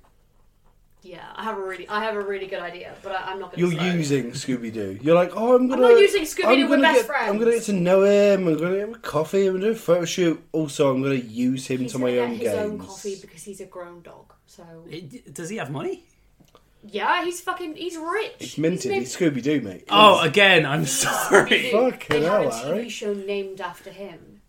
[SPEAKER 2] yeah, I have a really, I have a really good idea, but I, I'm not going
[SPEAKER 1] You're
[SPEAKER 2] to.
[SPEAKER 1] using Scooby Doo. You're like, oh, I'm gonna.
[SPEAKER 2] not using Scooby-Doo,
[SPEAKER 1] I'm
[SPEAKER 2] we're
[SPEAKER 1] gonna
[SPEAKER 2] best
[SPEAKER 1] get, I'm gonna get
[SPEAKER 2] friends.
[SPEAKER 1] to know him. I'm gonna get him a coffee. I'm gonna do a photo shoot. Also, I'm gonna use him
[SPEAKER 2] He's
[SPEAKER 1] to
[SPEAKER 2] gonna
[SPEAKER 1] my
[SPEAKER 2] get
[SPEAKER 1] own
[SPEAKER 2] his
[SPEAKER 1] games.
[SPEAKER 2] own coffee because he's a grown dog. So
[SPEAKER 3] It- does he have money?
[SPEAKER 2] yeah, he's fucking, he's rich.
[SPEAKER 1] It's minted.
[SPEAKER 2] made
[SPEAKER 1] It's Scooby Doo, mate.
[SPEAKER 3] Oh, again, I'm sorry.
[SPEAKER 1] Fucking
[SPEAKER 2] they
[SPEAKER 1] hell,
[SPEAKER 2] had a TV
[SPEAKER 1] Harry.
[SPEAKER 2] show named after him.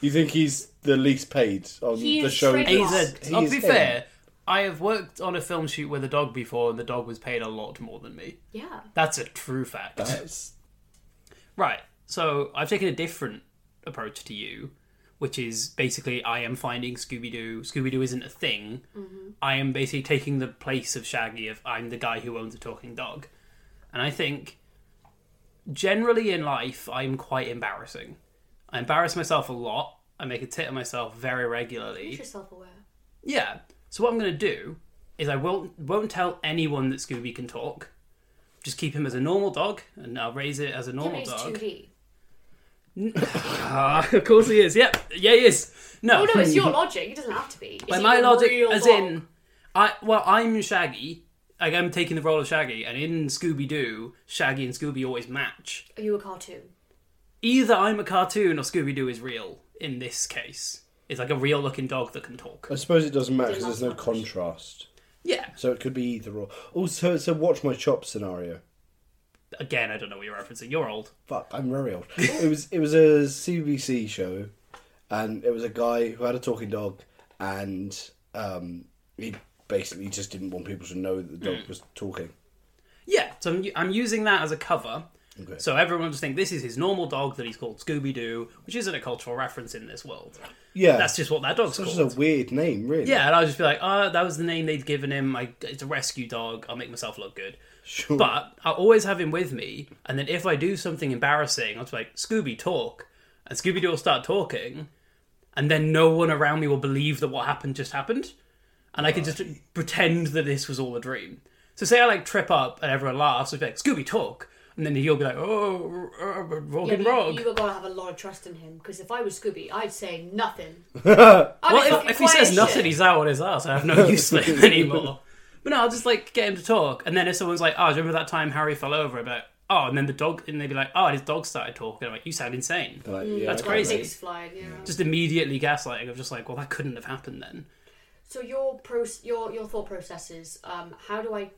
[SPEAKER 1] you think he's the least paid on
[SPEAKER 2] He
[SPEAKER 1] the
[SPEAKER 2] is
[SPEAKER 1] show?
[SPEAKER 2] straight
[SPEAKER 3] He's
[SPEAKER 2] He's-
[SPEAKER 3] a,
[SPEAKER 1] he
[SPEAKER 3] I'll
[SPEAKER 1] is
[SPEAKER 3] be
[SPEAKER 1] him.
[SPEAKER 3] fair. I have worked on a film shoot with a dog before, and the dog was paid a lot more than me.
[SPEAKER 2] Yeah.
[SPEAKER 3] That's a true fact.
[SPEAKER 1] That's-
[SPEAKER 3] Right. So I've taken a different approach to you, which is basically I am finding Scooby Doo. Scooby Doo isn't a thing. I am basically taking the place of Shaggy. If I'm the guy who owns a talking dog, and I think generally in life I'm quite embarrassing. I embarrass myself a lot. I make a tit of myself very regularly.
[SPEAKER 2] Make yourself aware.
[SPEAKER 3] Yeah. So what I'm going to do is I won't won't tell anyone that Scooby can talk. Just keep him as a normal dog, and I'll raise it as a
[SPEAKER 2] Yeah, but
[SPEAKER 3] normal
[SPEAKER 2] he's
[SPEAKER 3] dog.
[SPEAKER 2] 2D.
[SPEAKER 3] Ah, of course he is. Yep. Yeah, he is. No.
[SPEAKER 2] Oh no, it's your logic. It doesn't have to be. It's
[SPEAKER 3] By my
[SPEAKER 2] your
[SPEAKER 3] logic,
[SPEAKER 2] real
[SPEAKER 3] as
[SPEAKER 2] dog.
[SPEAKER 3] in, I well, I'm Shaggy. Like I'm taking the role of Shaggy, and in Scooby Doo, Shaggy and Scooby always match.
[SPEAKER 2] Are you a cartoon?
[SPEAKER 3] Either I'm a cartoon or Scooby Doo is real. In this case, it's like a real looking dog that can talk.
[SPEAKER 1] I suppose it doesn't matter because
[SPEAKER 2] Didn't
[SPEAKER 1] there's no
[SPEAKER 2] ask that question.
[SPEAKER 1] contrast.
[SPEAKER 3] Yeah.
[SPEAKER 1] So it could be either or. Also, it's a watch my chop scenario.
[SPEAKER 3] Again, I don't know what you're referencing. You're old.
[SPEAKER 1] Fuck, I'm very old. it was it was a CBC show, and it was a guy who had a talking dog, and um, he basically just didn't want people to know that the
[SPEAKER 3] Mm.
[SPEAKER 1] dog was talking.
[SPEAKER 3] Yeah. So I'm, I'm using that as a cover.
[SPEAKER 1] Okay.
[SPEAKER 3] So everyone just think this is his normal dog that he's called Scooby Doo, which isn't a cultural reference in this world.
[SPEAKER 1] Yeah,
[SPEAKER 3] That's just what that dog's
[SPEAKER 1] It's
[SPEAKER 3] called.
[SPEAKER 1] just a weird name, really.
[SPEAKER 3] Yeah, and I'll just be like, oh, that was the name they'd given him. I, it's a rescue dog. I'll make myself look good.
[SPEAKER 1] Sure.
[SPEAKER 3] But I'll always have him with me. And then if I do something embarrassing, I'll just be like, Scooby, talk. And Scooby Doo will start talking. And then no one around me will believe that what happened just happened. And I can just pretend that this was all a dream. So say I like trip up and everyone laughs. I'll be like, Scooby, talk. And then he'll be like, oh, r- r- r-
[SPEAKER 2] Yeah,
[SPEAKER 3] Rogan
[SPEAKER 2] but
[SPEAKER 3] Rog.
[SPEAKER 2] you, you gotta have a lot of trust in him because if I was Scooby, I'd say nothing. I'd be
[SPEAKER 3] Well,
[SPEAKER 2] fucking
[SPEAKER 3] if, if he says
[SPEAKER 2] quiet
[SPEAKER 3] nothing,
[SPEAKER 2] shit.
[SPEAKER 3] he's out on his ass. I have no use for him anymore. But no, I'll just like get him to talk, and then if someone's like, "Oh, do you remember that time Harry fell over?" I'd be like, "Oh," and then the dog, and they'd be like, "Oh," and his dog started talking. I'm like, "You sound insane."
[SPEAKER 1] Like,
[SPEAKER 2] Mm.
[SPEAKER 1] yeah,
[SPEAKER 3] That's
[SPEAKER 1] okay,
[SPEAKER 3] crazy.
[SPEAKER 1] mate.
[SPEAKER 2] Pigs flying, yeah.
[SPEAKER 3] Just immediately gaslighting. I'm just like, "Well, that couldn't have happened then."
[SPEAKER 2] So your pro- your your thought process is um, how do I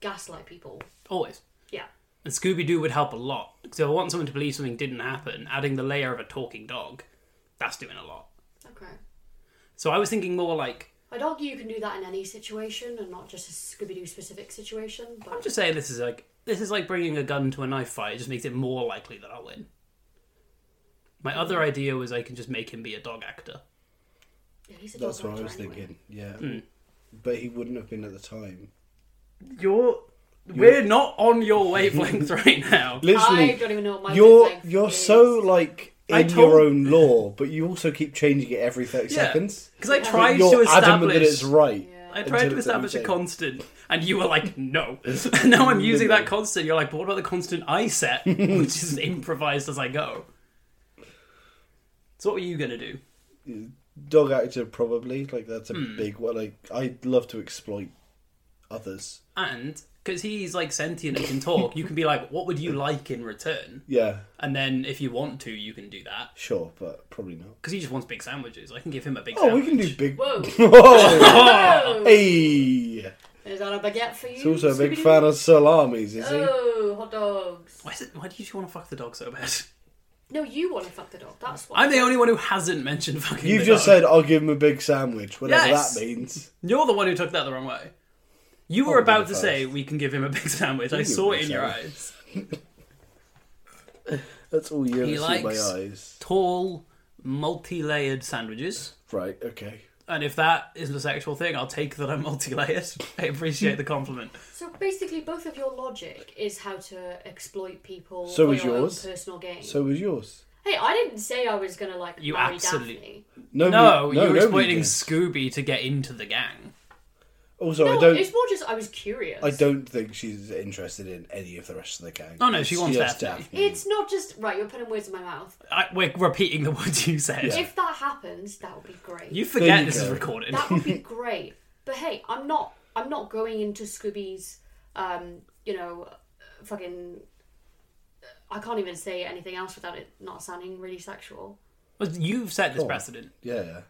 [SPEAKER 2] gaslight people?
[SPEAKER 3] Always.
[SPEAKER 2] Yeah.
[SPEAKER 3] And Scooby Doo would help a lot because if I want someone to believe something didn't happen, adding the layer of a talking dog, that's doing a lot.
[SPEAKER 2] Okay.
[SPEAKER 3] So I was thinking more like,
[SPEAKER 2] I'd argue you can do that in any situation and not just a Scooby Doo specific situation.
[SPEAKER 3] I'm
[SPEAKER 2] But
[SPEAKER 3] just saying this is like this is like bringing a gun to a knife fight. It just makes it more likely that I'll win. My other idea was I can just make him be a dog actor.
[SPEAKER 2] yeah, he's a dog
[SPEAKER 1] That's what I
[SPEAKER 2] actor
[SPEAKER 1] was
[SPEAKER 2] anyway.
[SPEAKER 1] thinking. Yeah,
[SPEAKER 3] Mm.
[SPEAKER 1] but he wouldn't have been at the time.
[SPEAKER 3] You're, we're not on your wavelength right now.
[SPEAKER 1] Literally,
[SPEAKER 2] I don't even know what my
[SPEAKER 1] you're
[SPEAKER 2] wavelength
[SPEAKER 1] you're
[SPEAKER 2] is.
[SPEAKER 1] so like
[SPEAKER 3] I
[SPEAKER 1] in
[SPEAKER 3] told-
[SPEAKER 1] your own law, but you also keep changing it every thirty
[SPEAKER 3] Yeah.
[SPEAKER 1] seconds.
[SPEAKER 3] Because I
[SPEAKER 1] But
[SPEAKER 3] tried
[SPEAKER 1] you're
[SPEAKER 3] to
[SPEAKER 1] adamant that
[SPEAKER 3] establish,
[SPEAKER 1] it's right.
[SPEAKER 2] Yeah.
[SPEAKER 3] I tried
[SPEAKER 1] until
[SPEAKER 3] to
[SPEAKER 1] it's
[SPEAKER 3] establish a
[SPEAKER 1] okay.
[SPEAKER 3] constant, and you were like, no. And now I'm using that constant. You're like, but what about the constant I set, which is improvised as I go? So what were you gonna do?
[SPEAKER 1] Dog actor, probably like that's a
[SPEAKER 3] Hmm.
[SPEAKER 1] big one. Like I'd love to exploit others.
[SPEAKER 3] And because he's like sentient and can talk, you can be like, what would you like in return?
[SPEAKER 1] Yeah,
[SPEAKER 3] And then if you want to, you can do that.
[SPEAKER 1] sure, but probably not.
[SPEAKER 3] Because he just wants big sandwiches. I can give him a big
[SPEAKER 1] Oh, we
[SPEAKER 3] sandwich.
[SPEAKER 1] can do big.
[SPEAKER 2] Whoa.
[SPEAKER 1] Oh,
[SPEAKER 2] Whoa!
[SPEAKER 1] hey,
[SPEAKER 2] Is that a baguette for you?
[SPEAKER 1] he's also a big fan of salamis, is he?
[SPEAKER 2] Oh, hot dogs.
[SPEAKER 3] Why, is it, why do you want to fuck the dog so bad?
[SPEAKER 2] No, you want to fuck the dog. That's why.
[SPEAKER 3] I'm the only one who hasn't mentioned fucking
[SPEAKER 1] You've
[SPEAKER 3] the
[SPEAKER 1] just
[SPEAKER 3] dog.
[SPEAKER 1] said I'll give him a big sandwich, whatever
[SPEAKER 3] Yes.
[SPEAKER 1] that means.
[SPEAKER 3] You're the one who took that the wrong way. You were
[SPEAKER 1] Probably
[SPEAKER 3] about
[SPEAKER 1] the
[SPEAKER 3] to say we can give him a big sandwich. I
[SPEAKER 1] give him
[SPEAKER 3] saw it
[SPEAKER 1] a
[SPEAKER 3] in your
[SPEAKER 1] sandwich.
[SPEAKER 3] eyes.
[SPEAKER 1] That's all you ever
[SPEAKER 3] He
[SPEAKER 1] see in my
[SPEAKER 3] likes-
[SPEAKER 1] eyes.
[SPEAKER 3] Tall, multi-layered sandwiches.
[SPEAKER 1] Right, okay.
[SPEAKER 3] And if that isn't a sexual thing, I'll take that I'm multi-layered. I appreciate the compliment.
[SPEAKER 2] So basically, both of your logic is how to exploit people
[SPEAKER 1] So
[SPEAKER 2] for
[SPEAKER 1] is
[SPEAKER 2] your own
[SPEAKER 1] yours.
[SPEAKER 2] personal gain.
[SPEAKER 1] So was yours.
[SPEAKER 2] hey, I didn't say I was gonna like
[SPEAKER 3] You
[SPEAKER 2] marry
[SPEAKER 3] absolutely-
[SPEAKER 2] Daphne.
[SPEAKER 1] No,
[SPEAKER 3] No,
[SPEAKER 1] we-
[SPEAKER 3] you were
[SPEAKER 1] nobody
[SPEAKER 3] exploiting
[SPEAKER 1] did.
[SPEAKER 3] Scooby to get into the gang.
[SPEAKER 1] Also,
[SPEAKER 2] No,
[SPEAKER 1] I don't.
[SPEAKER 2] it's more just I was curious.
[SPEAKER 1] I don't think she's interested in any of the rest of the gang.
[SPEAKER 3] Oh, no, she
[SPEAKER 1] It's
[SPEAKER 3] wants
[SPEAKER 1] just
[SPEAKER 3] Daphne.
[SPEAKER 1] Daphne.
[SPEAKER 2] It's not just right. You're putting words in my mouth.
[SPEAKER 3] I, we're repeating the words you said.
[SPEAKER 2] If that happens, that would be great.
[SPEAKER 3] You forget
[SPEAKER 1] you
[SPEAKER 3] this is
[SPEAKER 1] go.
[SPEAKER 3] recorded.
[SPEAKER 2] That would be great. But hey, I'm not. I'm not going into Scooby's. Um, you know, fucking. I can't even say anything else without it not sounding really sexual.
[SPEAKER 3] Well, You've set this
[SPEAKER 1] on.
[SPEAKER 3] precedent.
[SPEAKER 1] Yeah, yeah.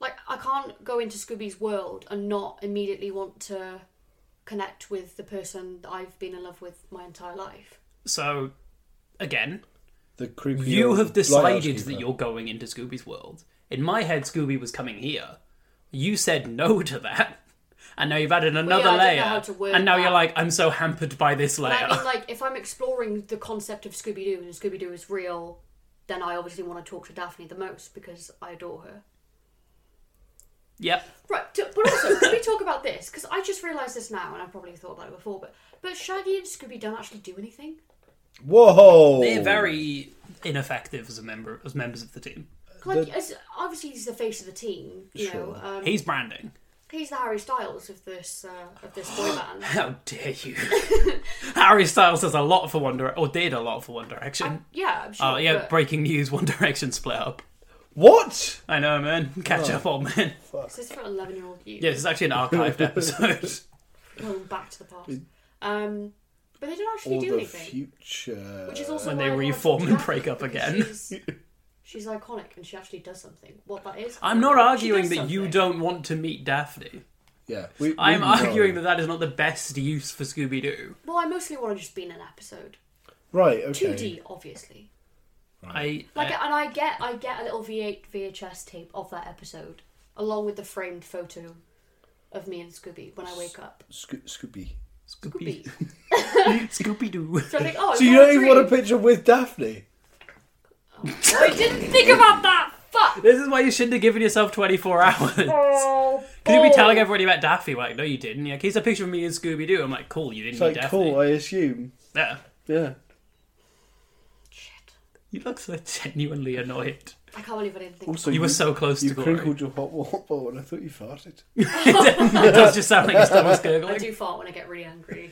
[SPEAKER 2] Like I can't go into Scooby's world and not immediately want to connect with the person that I've been in love with my entire life.
[SPEAKER 3] So, again,
[SPEAKER 1] The creepy.
[SPEAKER 3] you
[SPEAKER 1] old
[SPEAKER 3] have decided
[SPEAKER 1] lighthouse
[SPEAKER 3] that
[SPEAKER 1] keeper.
[SPEAKER 3] you're going into Scooby's world. In my head, Scooby was coming here. You said no to that. And now you've added
[SPEAKER 2] I
[SPEAKER 3] another
[SPEAKER 2] don't know
[SPEAKER 3] layer.
[SPEAKER 2] how to word
[SPEAKER 3] and now you're
[SPEAKER 2] that.
[SPEAKER 3] like, I'm so hampered by this
[SPEAKER 2] But
[SPEAKER 3] layer.
[SPEAKER 2] I mean, like, if I'm exploring the concept of Scooby Doo and Scooby Doo is real, then I obviously want to talk to Daphne the most because I adore her.
[SPEAKER 3] yep.
[SPEAKER 2] Right, t- but also, can we talk about this? Because I just realised this now, and I probably thought about it before, but but Shaggy and Scooby don't actually do anything.
[SPEAKER 1] Whoa!
[SPEAKER 3] They're very ineffective as a member as members of the team.
[SPEAKER 2] Like, as, obviously he's the face of the team, you know.
[SPEAKER 1] Sure.
[SPEAKER 2] Um,
[SPEAKER 3] He's branding.
[SPEAKER 2] He's the Harry Styles of this uh, of this boy band.
[SPEAKER 3] How dare you? Harry Styles does a lot for One Direction, or did a lot for One Direction.
[SPEAKER 2] I'm- yeah, I'm sure.
[SPEAKER 3] Oh yeah,
[SPEAKER 2] but
[SPEAKER 3] breaking news: One Direction split up.
[SPEAKER 1] What?
[SPEAKER 3] I know, man.
[SPEAKER 1] Oh.
[SPEAKER 3] Catch up, old man.
[SPEAKER 2] this is for eleven-year-old you.
[SPEAKER 3] Yes, it's actually an archived episode.
[SPEAKER 2] Going back to the past. Um, but they don't actually
[SPEAKER 1] All
[SPEAKER 2] do
[SPEAKER 1] the
[SPEAKER 2] anything.
[SPEAKER 1] future.
[SPEAKER 2] Which is also
[SPEAKER 3] When
[SPEAKER 2] why
[SPEAKER 3] they
[SPEAKER 2] I love
[SPEAKER 3] reform and
[SPEAKER 2] Jackie,
[SPEAKER 3] break up
[SPEAKER 2] because
[SPEAKER 3] again.
[SPEAKER 2] She's, she's iconic and she actually does something. What that is,
[SPEAKER 3] I'm not
[SPEAKER 2] She
[SPEAKER 3] arguing
[SPEAKER 2] does
[SPEAKER 3] that you
[SPEAKER 2] something.
[SPEAKER 3] don't want to meet Daphne.
[SPEAKER 1] Yeah. we-
[SPEAKER 3] I'm
[SPEAKER 1] we
[SPEAKER 3] arguing
[SPEAKER 1] know.
[SPEAKER 3] that that is not the best use for Scooby Doo.
[SPEAKER 2] Well, I mostly want to just be in an episode.
[SPEAKER 1] Right, okay.
[SPEAKER 2] 2D, obviously.
[SPEAKER 3] I, uh,
[SPEAKER 2] Like,
[SPEAKER 3] I
[SPEAKER 2] and I get, I get a little V8 VHS tape of that episode, along with the framed photo of me and Scooby when I wake up.
[SPEAKER 1] Sco- Scooby.
[SPEAKER 3] Scooby
[SPEAKER 2] Scooby.
[SPEAKER 3] Scooby Doo.
[SPEAKER 2] So I think, oh,
[SPEAKER 1] So you don't even want a picture with Daphne?
[SPEAKER 2] I didn't think about that. Fuck.
[SPEAKER 3] This is why you shouldn't have given yourself 24 hours. Because
[SPEAKER 2] Oh,
[SPEAKER 3] you'd be
[SPEAKER 2] balls.
[SPEAKER 3] telling everybody about Daffy. Like, no, you didn't. Like, here's a picture of me and Scooby Doo. I'm like, cool, you didn't
[SPEAKER 1] It's
[SPEAKER 3] meet
[SPEAKER 1] like,
[SPEAKER 3] Daphne.
[SPEAKER 1] cool, I assume.
[SPEAKER 3] Yeah.
[SPEAKER 1] Yeah.
[SPEAKER 2] Shit.
[SPEAKER 3] You look so genuinely annoyed.
[SPEAKER 2] I can't believe I didn't think.
[SPEAKER 1] Also,
[SPEAKER 3] You were so close
[SPEAKER 1] Oh, You
[SPEAKER 3] to glory.
[SPEAKER 1] crinkled your hot water bottle and I thought you farted.
[SPEAKER 3] it does just sound like your stomach's
[SPEAKER 2] I
[SPEAKER 3] gurgling.
[SPEAKER 2] do fart when I get really angry.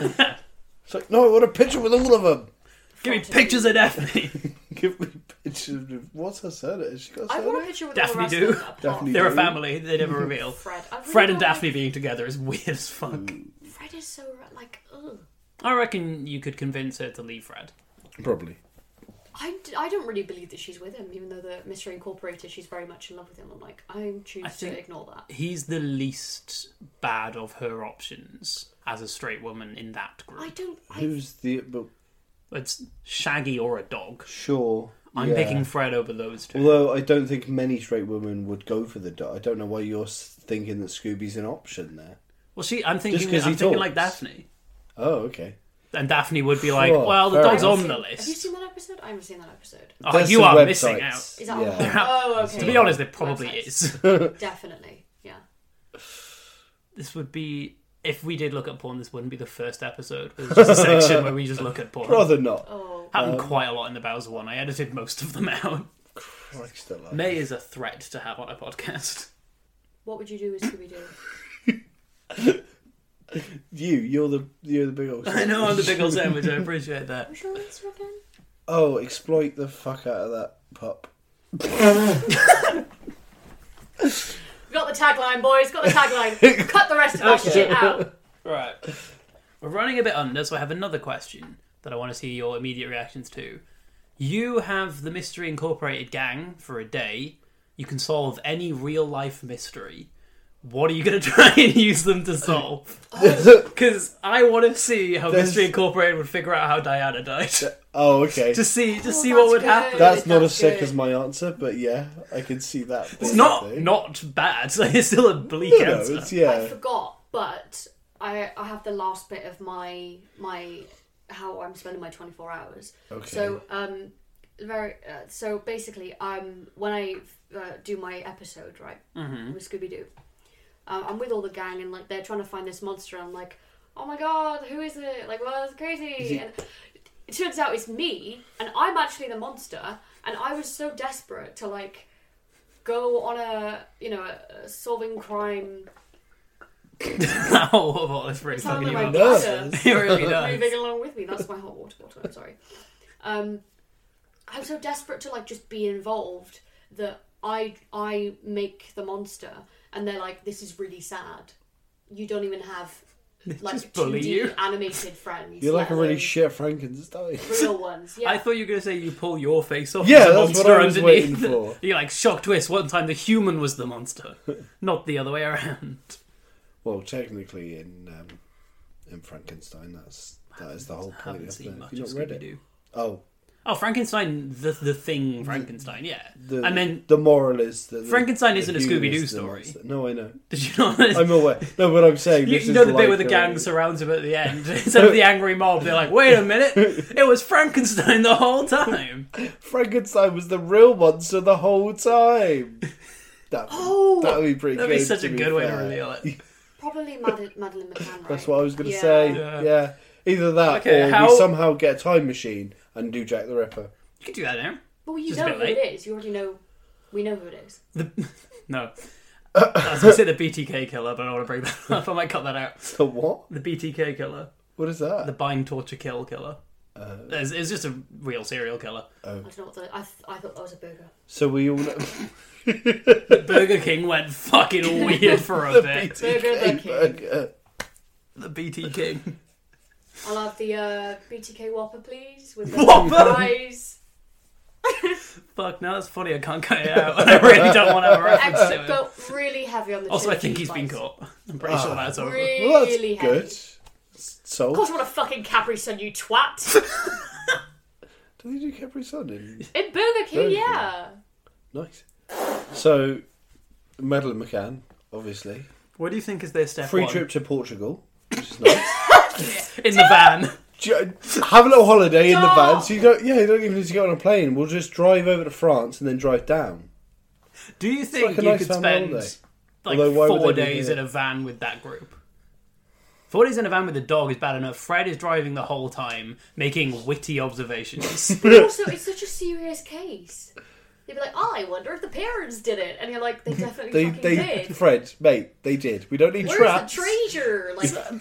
[SPEAKER 1] It's like, no, I want a picture with all of them.
[SPEAKER 3] Give me
[SPEAKER 2] Fart.
[SPEAKER 3] pictures of Daphne.
[SPEAKER 1] Give me pictures of. What's her surname? Has she got a
[SPEAKER 2] I want a
[SPEAKER 1] surname?
[SPEAKER 2] picture with
[SPEAKER 3] Daphne
[SPEAKER 2] all the
[SPEAKER 3] do.
[SPEAKER 2] rest of them apart
[SPEAKER 1] Daphne
[SPEAKER 2] from
[SPEAKER 3] They're a family. They never reveal.
[SPEAKER 2] Fred. I really
[SPEAKER 3] Fred and
[SPEAKER 2] don't like-
[SPEAKER 3] Daphne being together is weird as fuck.
[SPEAKER 1] Hmm.
[SPEAKER 2] Fred is so ra- like. Ugh.
[SPEAKER 3] I reckon you could convince her to leave Fred.
[SPEAKER 1] Probably.
[SPEAKER 2] I, d- I don't really believe that she's with him, even though the Mr. Incorporated, she's very much in love with him. I'm like, I choose
[SPEAKER 3] I think-
[SPEAKER 2] to ignore that.
[SPEAKER 3] He's the least bad of her options as a straight woman in that
[SPEAKER 2] I
[SPEAKER 3] group.
[SPEAKER 2] don't. I,
[SPEAKER 1] Who's the. But
[SPEAKER 3] It's Shaggy or a dog.
[SPEAKER 1] sure.
[SPEAKER 3] I'm
[SPEAKER 1] yeah.
[SPEAKER 3] picking Fred over those two.
[SPEAKER 1] Although I don't think many straight women would go for the dog. I don't know why you're s- thinking that Scooby's an option there.
[SPEAKER 3] Well, she. I'm
[SPEAKER 1] Just
[SPEAKER 3] thinking.
[SPEAKER 1] 'cause
[SPEAKER 3] I'm
[SPEAKER 1] he
[SPEAKER 3] thinking
[SPEAKER 1] talks.
[SPEAKER 3] like Daphne,
[SPEAKER 1] Oh, okay.
[SPEAKER 3] and Daphne would be like,
[SPEAKER 1] Sure,
[SPEAKER 3] "Well, the
[SPEAKER 1] fair
[SPEAKER 3] dog's
[SPEAKER 1] enough.
[SPEAKER 3] on the
[SPEAKER 2] Have you
[SPEAKER 3] list.
[SPEAKER 2] seen that episode? I haven't seen that episode.
[SPEAKER 3] Oh,
[SPEAKER 1] There's
[SPEAKER 3] you
[SPEAKER 1] some
[SPEAKER 3] are
[SPEAKER 1] websites.
[SPEAKER 3] missing out."
[SPEAKER 2] Is that on
[SPEAKER 1] yeah.
[SPEAKER 2] Oh, okay.
[SPEAKER 3] To be honest, it probably
[SPEAKER 2] Websites.
[SPEAKER 3] is.
[SPEAKER 2] Definitely. Yeah.
[SPEAKER 3] this would be if we did look at porn. This wouldn't be the first episode. It's just a section where we just look at porn.
[SPEAKER 1] Rather not.
[SPEAKER 2] Oh.
[SPEAKER 3] Happened quite a lot in the Bowser one. I edited most of them out.
[SPEAKER 1] Christ alive.
[SPEAKER 3] May is a threat to have on a podcast.
[SPEAKER 2] What would you do with Scooby Doo?
[SPEAKER 1] You, you're the you're the big old.
[SPEAKER 3] I know I'm the big old sandwich. I appreciate that.
[SPEAKER 2] What's your answer again?
[SPEAKER 1] Oh, exploit the fuck out of that pup.
[SPEAKER 2] We've got the tagline, boys. Got the tagline. Cut the rest of that shit out.
[SPEAKER 3] Right. We're running a bit under, so I have another question that I want to see your immediate reactions to. You have the Mystery Incorporated gang for a day. You can solve any real life mystery. What are you going to try and use them to solve?
[SPEAKER 2] Oh.
[SPEAKER 3] Because I want to see how
[SPEAKER 1] There's-
[SPEAKER 3] Mystery Incorporated would figure out how Diana died.
[SPEAKER 1] oh, okay.
[SPEAKER 3] To see, to
[SPEAKER 2] Oh,
[SPEAKER 3] see what
[SPEAKER 2] that's
[SPEAKER 3] would
[SPEAKER 2] good.
[SPEAKER 3] happen.
[SPEAKER 1] that's not
[SPEAKER 2] That's
[SPEAKER 1] as sick
[SPEAKER 2] good.
[SPEAKER 1] as my answer, but yeah, I can see that.
[SPEAKER 3] It's
[SPEAKER 1] being a
[SPEAKER 3] not
[SPEAKER 1] thing.
[SPEAKER 3] not bad. It's still a bleak
[SPEAKER 1] No, no,
[SPEAKER 3] answer.
[SPEAKER 1] it's
[SPEAKER 2] I
[SPEAKER 1] yeah.
[SPEAKER 2] forgot, but I I have the last bit of my my how I'm spending my 24 hours.
[SPEAKER 1] Okay.
[SPEAKER 2] So um, very uh, so basically um when I uh, do my episode right with Scooby Doo, um, I'm with all the gang and like they're trying to find this monster. And I'm like, oh my god, who is it? Like, well, it's crazy. and it turns out it's me, and I'm actually the monster. And I was so desperate to like go on a you know a, a solving crime.
[SPEAKER 3] oh, well, that's pretty
[SPEAKER 2] Sound
[SPEAKER 3] fucking you
[SPEAKER 2] like
[SPEAKER 3] up.
[SPEAKER 2] my
[SPEAKER 1] nervous.
[SPEAKER 2] brother
[SPEAKER 3] It really does.
[SPEAKER 2] moving along with me. That's my hot water bottle. I'm sorry. Um, I'm so desperate to like just be involved that I I make the monster, and they're like, "This is really sad. You don't even have like
[SPEAKER 3] just
[SPEAKER 2] two
[SPEAKER 3] bully
[SPEAKER 2] D
[SPEAKER 3] you.
[SPEAKER 2] animated friends.
[SPEAKER 1] You're like
[SPEAKER 2] let
[SPEAKER 1] a really
[SPEAKER 2] alone
[SPEAKER 1] shit Frankenstein.
[SPEAKER 2] real ones. Yeah,
[SPEAKER 3] I thought you were going to say you pull your face off.
[SPEAKER 1] Yeah,
[SPEAKER 3] as a
[SPEAKER 1] that's
[SPEAKER 3] monster
[SPEAKER 1] what I was
[SPEAKER 3] underneath.
[SPEAKER 1] waiting for.
[SPEAKER 3] You're like shock twist. One time the human was the monster, not the other way around.
[SPEAKER 1] Well, technically, in um, in Frankenstein, that's that is the whole
[SPEAKER 3] I
[SPEAKER 1] point
[SPEAKER 3] haven't
[SPEAKER 1] of
[SPEAKER 3] seen
[SPEAKER 1] it.
[SPEAKER 3] much
[SPEAKER 1] You
[SPEAKER 3] of
[SPEAKER 1] not read
[SPEAKER 3] Scooby
[SPEAKER 1] it?
[SPEAKER 3] Doo.
[SPEAKER 1] Oh,
[SPEAKER 3] Oh, Frankenstein, the the thing, Frankenstein. Yeah,
[SPEAKER 1] the,
[SPEAKER 3] I mean,
[SPEAKER 1] the moral is that the-
[SPEAKER 3] Frankenstein
[SPEAKER 1] the
[SPEAKER 3] isn't a
[SPEAKER 1] human
[SPEAKER 3] Scooby-Doo
[SPEAKER 1] is the
[SPEAKER 3] story.
[SPEAKER 1] monster. No, I know.
[SPEAKER 3] did you know?
[SPEAKER 1] I'm aware. No, but I'm saying
[SPEAKER 3] you,
[SPEAKER 1] this
[SPEAKER 3] you
[SPEAKER 1] is
[SPEAKER 3] know the bit where
[SPEAKER 1] like uh,
[SPEAKER 3] the
[SPEAKER 1] a-
[SPEAKER 3] gang surrounds him at the end. Instead of the angry mob, they're like, "Wait a minute! It was Frankenstein the whole time."
[SPEAKER 1] Frankenstein was the real monster the whole time. That
[SPEAKER 2] Oh!
[SPEAKER 1] that would be pretty.
[SPEAKER 3] That'd be
[SPEAKER 1] good,
[SPEAKER 3] such
[SPEAKER 1] to
[SPEAKER 3] a
[SPEAKER 1] be
[SPEAKER 3] good way to
[SPEAKER 1] fair.
[SPEAKER 3] reveal it.
[SPEAKER 2] probably Mad- Madeline McCann. Right?
[SPEAKER 1] That's what I was going to
[SPEAKER 2] Yeah.
[SPEAKER 1] say.
[SPEAKER 3] Yeah.
[SPEAKER 1] Yeah. either that
[SPEAKER 3] Okay,
[SPEAKER 1] or
[SPEAKER 3] how-
[SPEAKER 1] we somehow get a time machine and do Jack the Ripper.
[SPEAKER 3] You could do that now.
[SPEAKER 2] Well, you
[SPEAKER 3] Just a
[SPEAKER 2] know
[SPEAKER 3] bit
[SPEAKER 2] who
[SPEAKER 3] late.
[SPEAKER 2] it is. You already know. We know who it is.
[SPEAKER 3] The, no, I was going to say the BTK killer, but I don't want to bring that up. I might cut that out.
[SPEAKER 1] The what?
[SPEAKER 3] The BTK killer,
[SPEAKER 1] What is that?
[SPEAKER 3] the bind, torture, kill killer.
[SPEAKER 1] Uh,
[SPEAKER 3] It's it's just a real serial killer.
[SPEAKER 2] I don't know what the. I, th- I thought that was a burger.
[SPEAKER 1] So we all know
[SPEAKER 3] Burger King went fucking weird for a
[SPEAKER 2] Burger,
[SPEAKER 3] bit.
[SPEAKER 1] BTK
[SPEAKER 2] King.
[SPEAKER 1] burger.
[SPEAKER 3] The BT King.
[SPEAKER 2] I'll have the uh, BTK Whopper, please, with the
[SPEAKER 3] Whopper?
[SPEAKER 2] fries.
[SPEAKER 3] Fuck, no, that's funny. I can't cut it out. I really don't want to have a reference
[SPEAKER 2] Extra,
[SPEAKER 3] to it.
[SPEAKER 2] go really heavy on the.
[SPEAKER 3] Also, I
[SPEAKER 2] chili
[SPEAKER 3] think
[SPEAKER 2] cheese
[SPEAKER 3] he's been
[SPEAKER 2] bites.
[SPEAKER 3] caught. I'm pretty
[SPEAKER 1] Ah.
[SPEAKER 3] sure that's over.
[SPEAKER 2] Really
[SPEAKER 1] Well, that's
[SPEAKER 2] heavy.
[SPEAKER 1] good.
[SPEAKER 2] Of
[SPEAKER 1] So,
[SPEAKER 2] course, I want a fucking Capri Sun, you twat.
[SPEAKER 1] do they do Capri Sun? In?
[SPEAKER 2] In Burger King,
[SPEAKER 1] Burger King.
[SPEAKER 2] yeah.
[SPEAKER 1] Nice. So, Madeline McCann, obviously.
[SPEAKER 3] What do you think is their step
[SPEAKER 1] Free
[SPEAKER 3] one?
[SPEAKER 1] trip to Portugal, which is nice.
[SPEAKER 3] In the van.
[SPEAKER 1] Ju- have a little holiday in the van.
[SPEAKER 2] Stop.
[SPEAKER 1] So you don't, yeah, you don't even need to get on a plane. We'll just drive over to France and then drive down.
[SPEAKER 3] Do you think
[SPEAKER 1] like a
[SPEAKER 3] you
[SPEAKER 1] nice
[SPEAKER 3] could
[SPEAKER 1] family
[SPEAKER 3] spend
[SPEAKER 1] holiday.
[SPEAKER 3] like
[SPEAKER 1] Although, why would
[SPEAKER 3] four
[SPEAKER 1] they do
[SPEAKER 3] days
[SPEAKER 1] that?
[SPEAKER 3] in a van with that group? Four days in a van with a dog is bad enough. Fred is driving the whole time, making witty observations.
[SPEAKER 2] But also, it's such a serious case. You'd be like, oh, I wonder if the parents did it, and you're like, they definitely
[SPEAKER 1] They,
[SPEAKER 2] fucking
[SPEAKER 1] they,
[SPEAKER 2] did.
[SPEAKER 1] Fred, mate, they did. We don't need
[SPEAKER 2] Where's
[SPEAKER 1] traps.
[SPEAKER 2] the treasure? Like,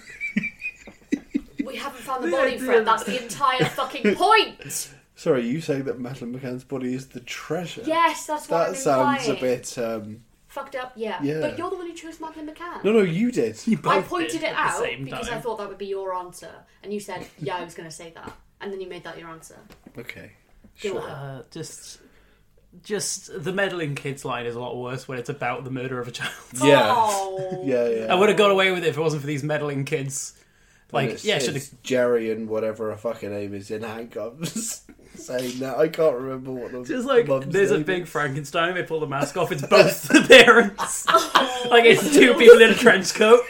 [SPEAKER 2] we haven't found the
[SPEAKER 3] The
[SPEAKER 2] body,
[SPEAKER 3] idea
[SPEAKER 2] Fred.
[SPEAKER 3] of-
[SPEAKER 2] That's the entire fucking point.
[SPEAKER 1] Sorry, you saying that Madeline McCann's body is the treasure?
[SPEAKER 2] Yes, that's what
[SPEAKER 1] That
[SPEAKER 2] I'm
[SPEAKER 1] sounds a
[SPEAKER 2] implying.
[SPEAKER 1] bit. Um,
[SPEAKER 2] fucked up. Yeah.
[SPEAKER 1] Yeah.
[SPEAKER 2] but you're the one who chose Madeline McCann.
[SPEAKER 1] no, no, you did.
[SPEAKER 2] I
[SPEAKER 3] Both
[SPEAKER 2] pointed
[SPEAKER 3] did
[SPEAKER 2] it
[SPEAKER 3] at the
[SPEAKER 2] out
[SPEAKER 3] same
[SPEAKER 2] because I
[SPEAKER 3] time.
[SPEAKER 2] thought that would be your answer, and you said, "Yeah, I was going to say that," and then you made that your answer.
[SPEAKER 1] Okay,
[SPEAKER 2] Deal
[SPEAKER 1] sure.
[SPEAKER 2] with it.
[SPEAKER 3] Uh, just, just the meddling kids line is a lot worse when it's about the murder of a child.
[SPEAKER 1] Yeah.
[SPEAKER 2] Oh.
[SPEAKER 1] Yeah, yeah.
[SPEAKER 3] I would have got away with it if it wasn't for these meddling kids.
[SPEAKER 1] And
[SPEAKER 3] Like,
[SPEAKER 1] it's-
[SPEAKER 3] yeah,
[SPEAKER 1] it's
[SPEAKER 3] should have.
[SPEAKER 1] Jerry and whatever her fucking name is in handcuffs saying that. I can't remember what the
[SPEAKER 3] Just like
[SPEAKER 1] mum's
[SPEAKER 3] there's a
[SPEAKER 1] name
[SPEAKER 3] big
[SPEAKER 1] is.
[SPEAKER 3] Frankenstein. They pull the mask off. It's both the parents. like it's two people in a trench coat.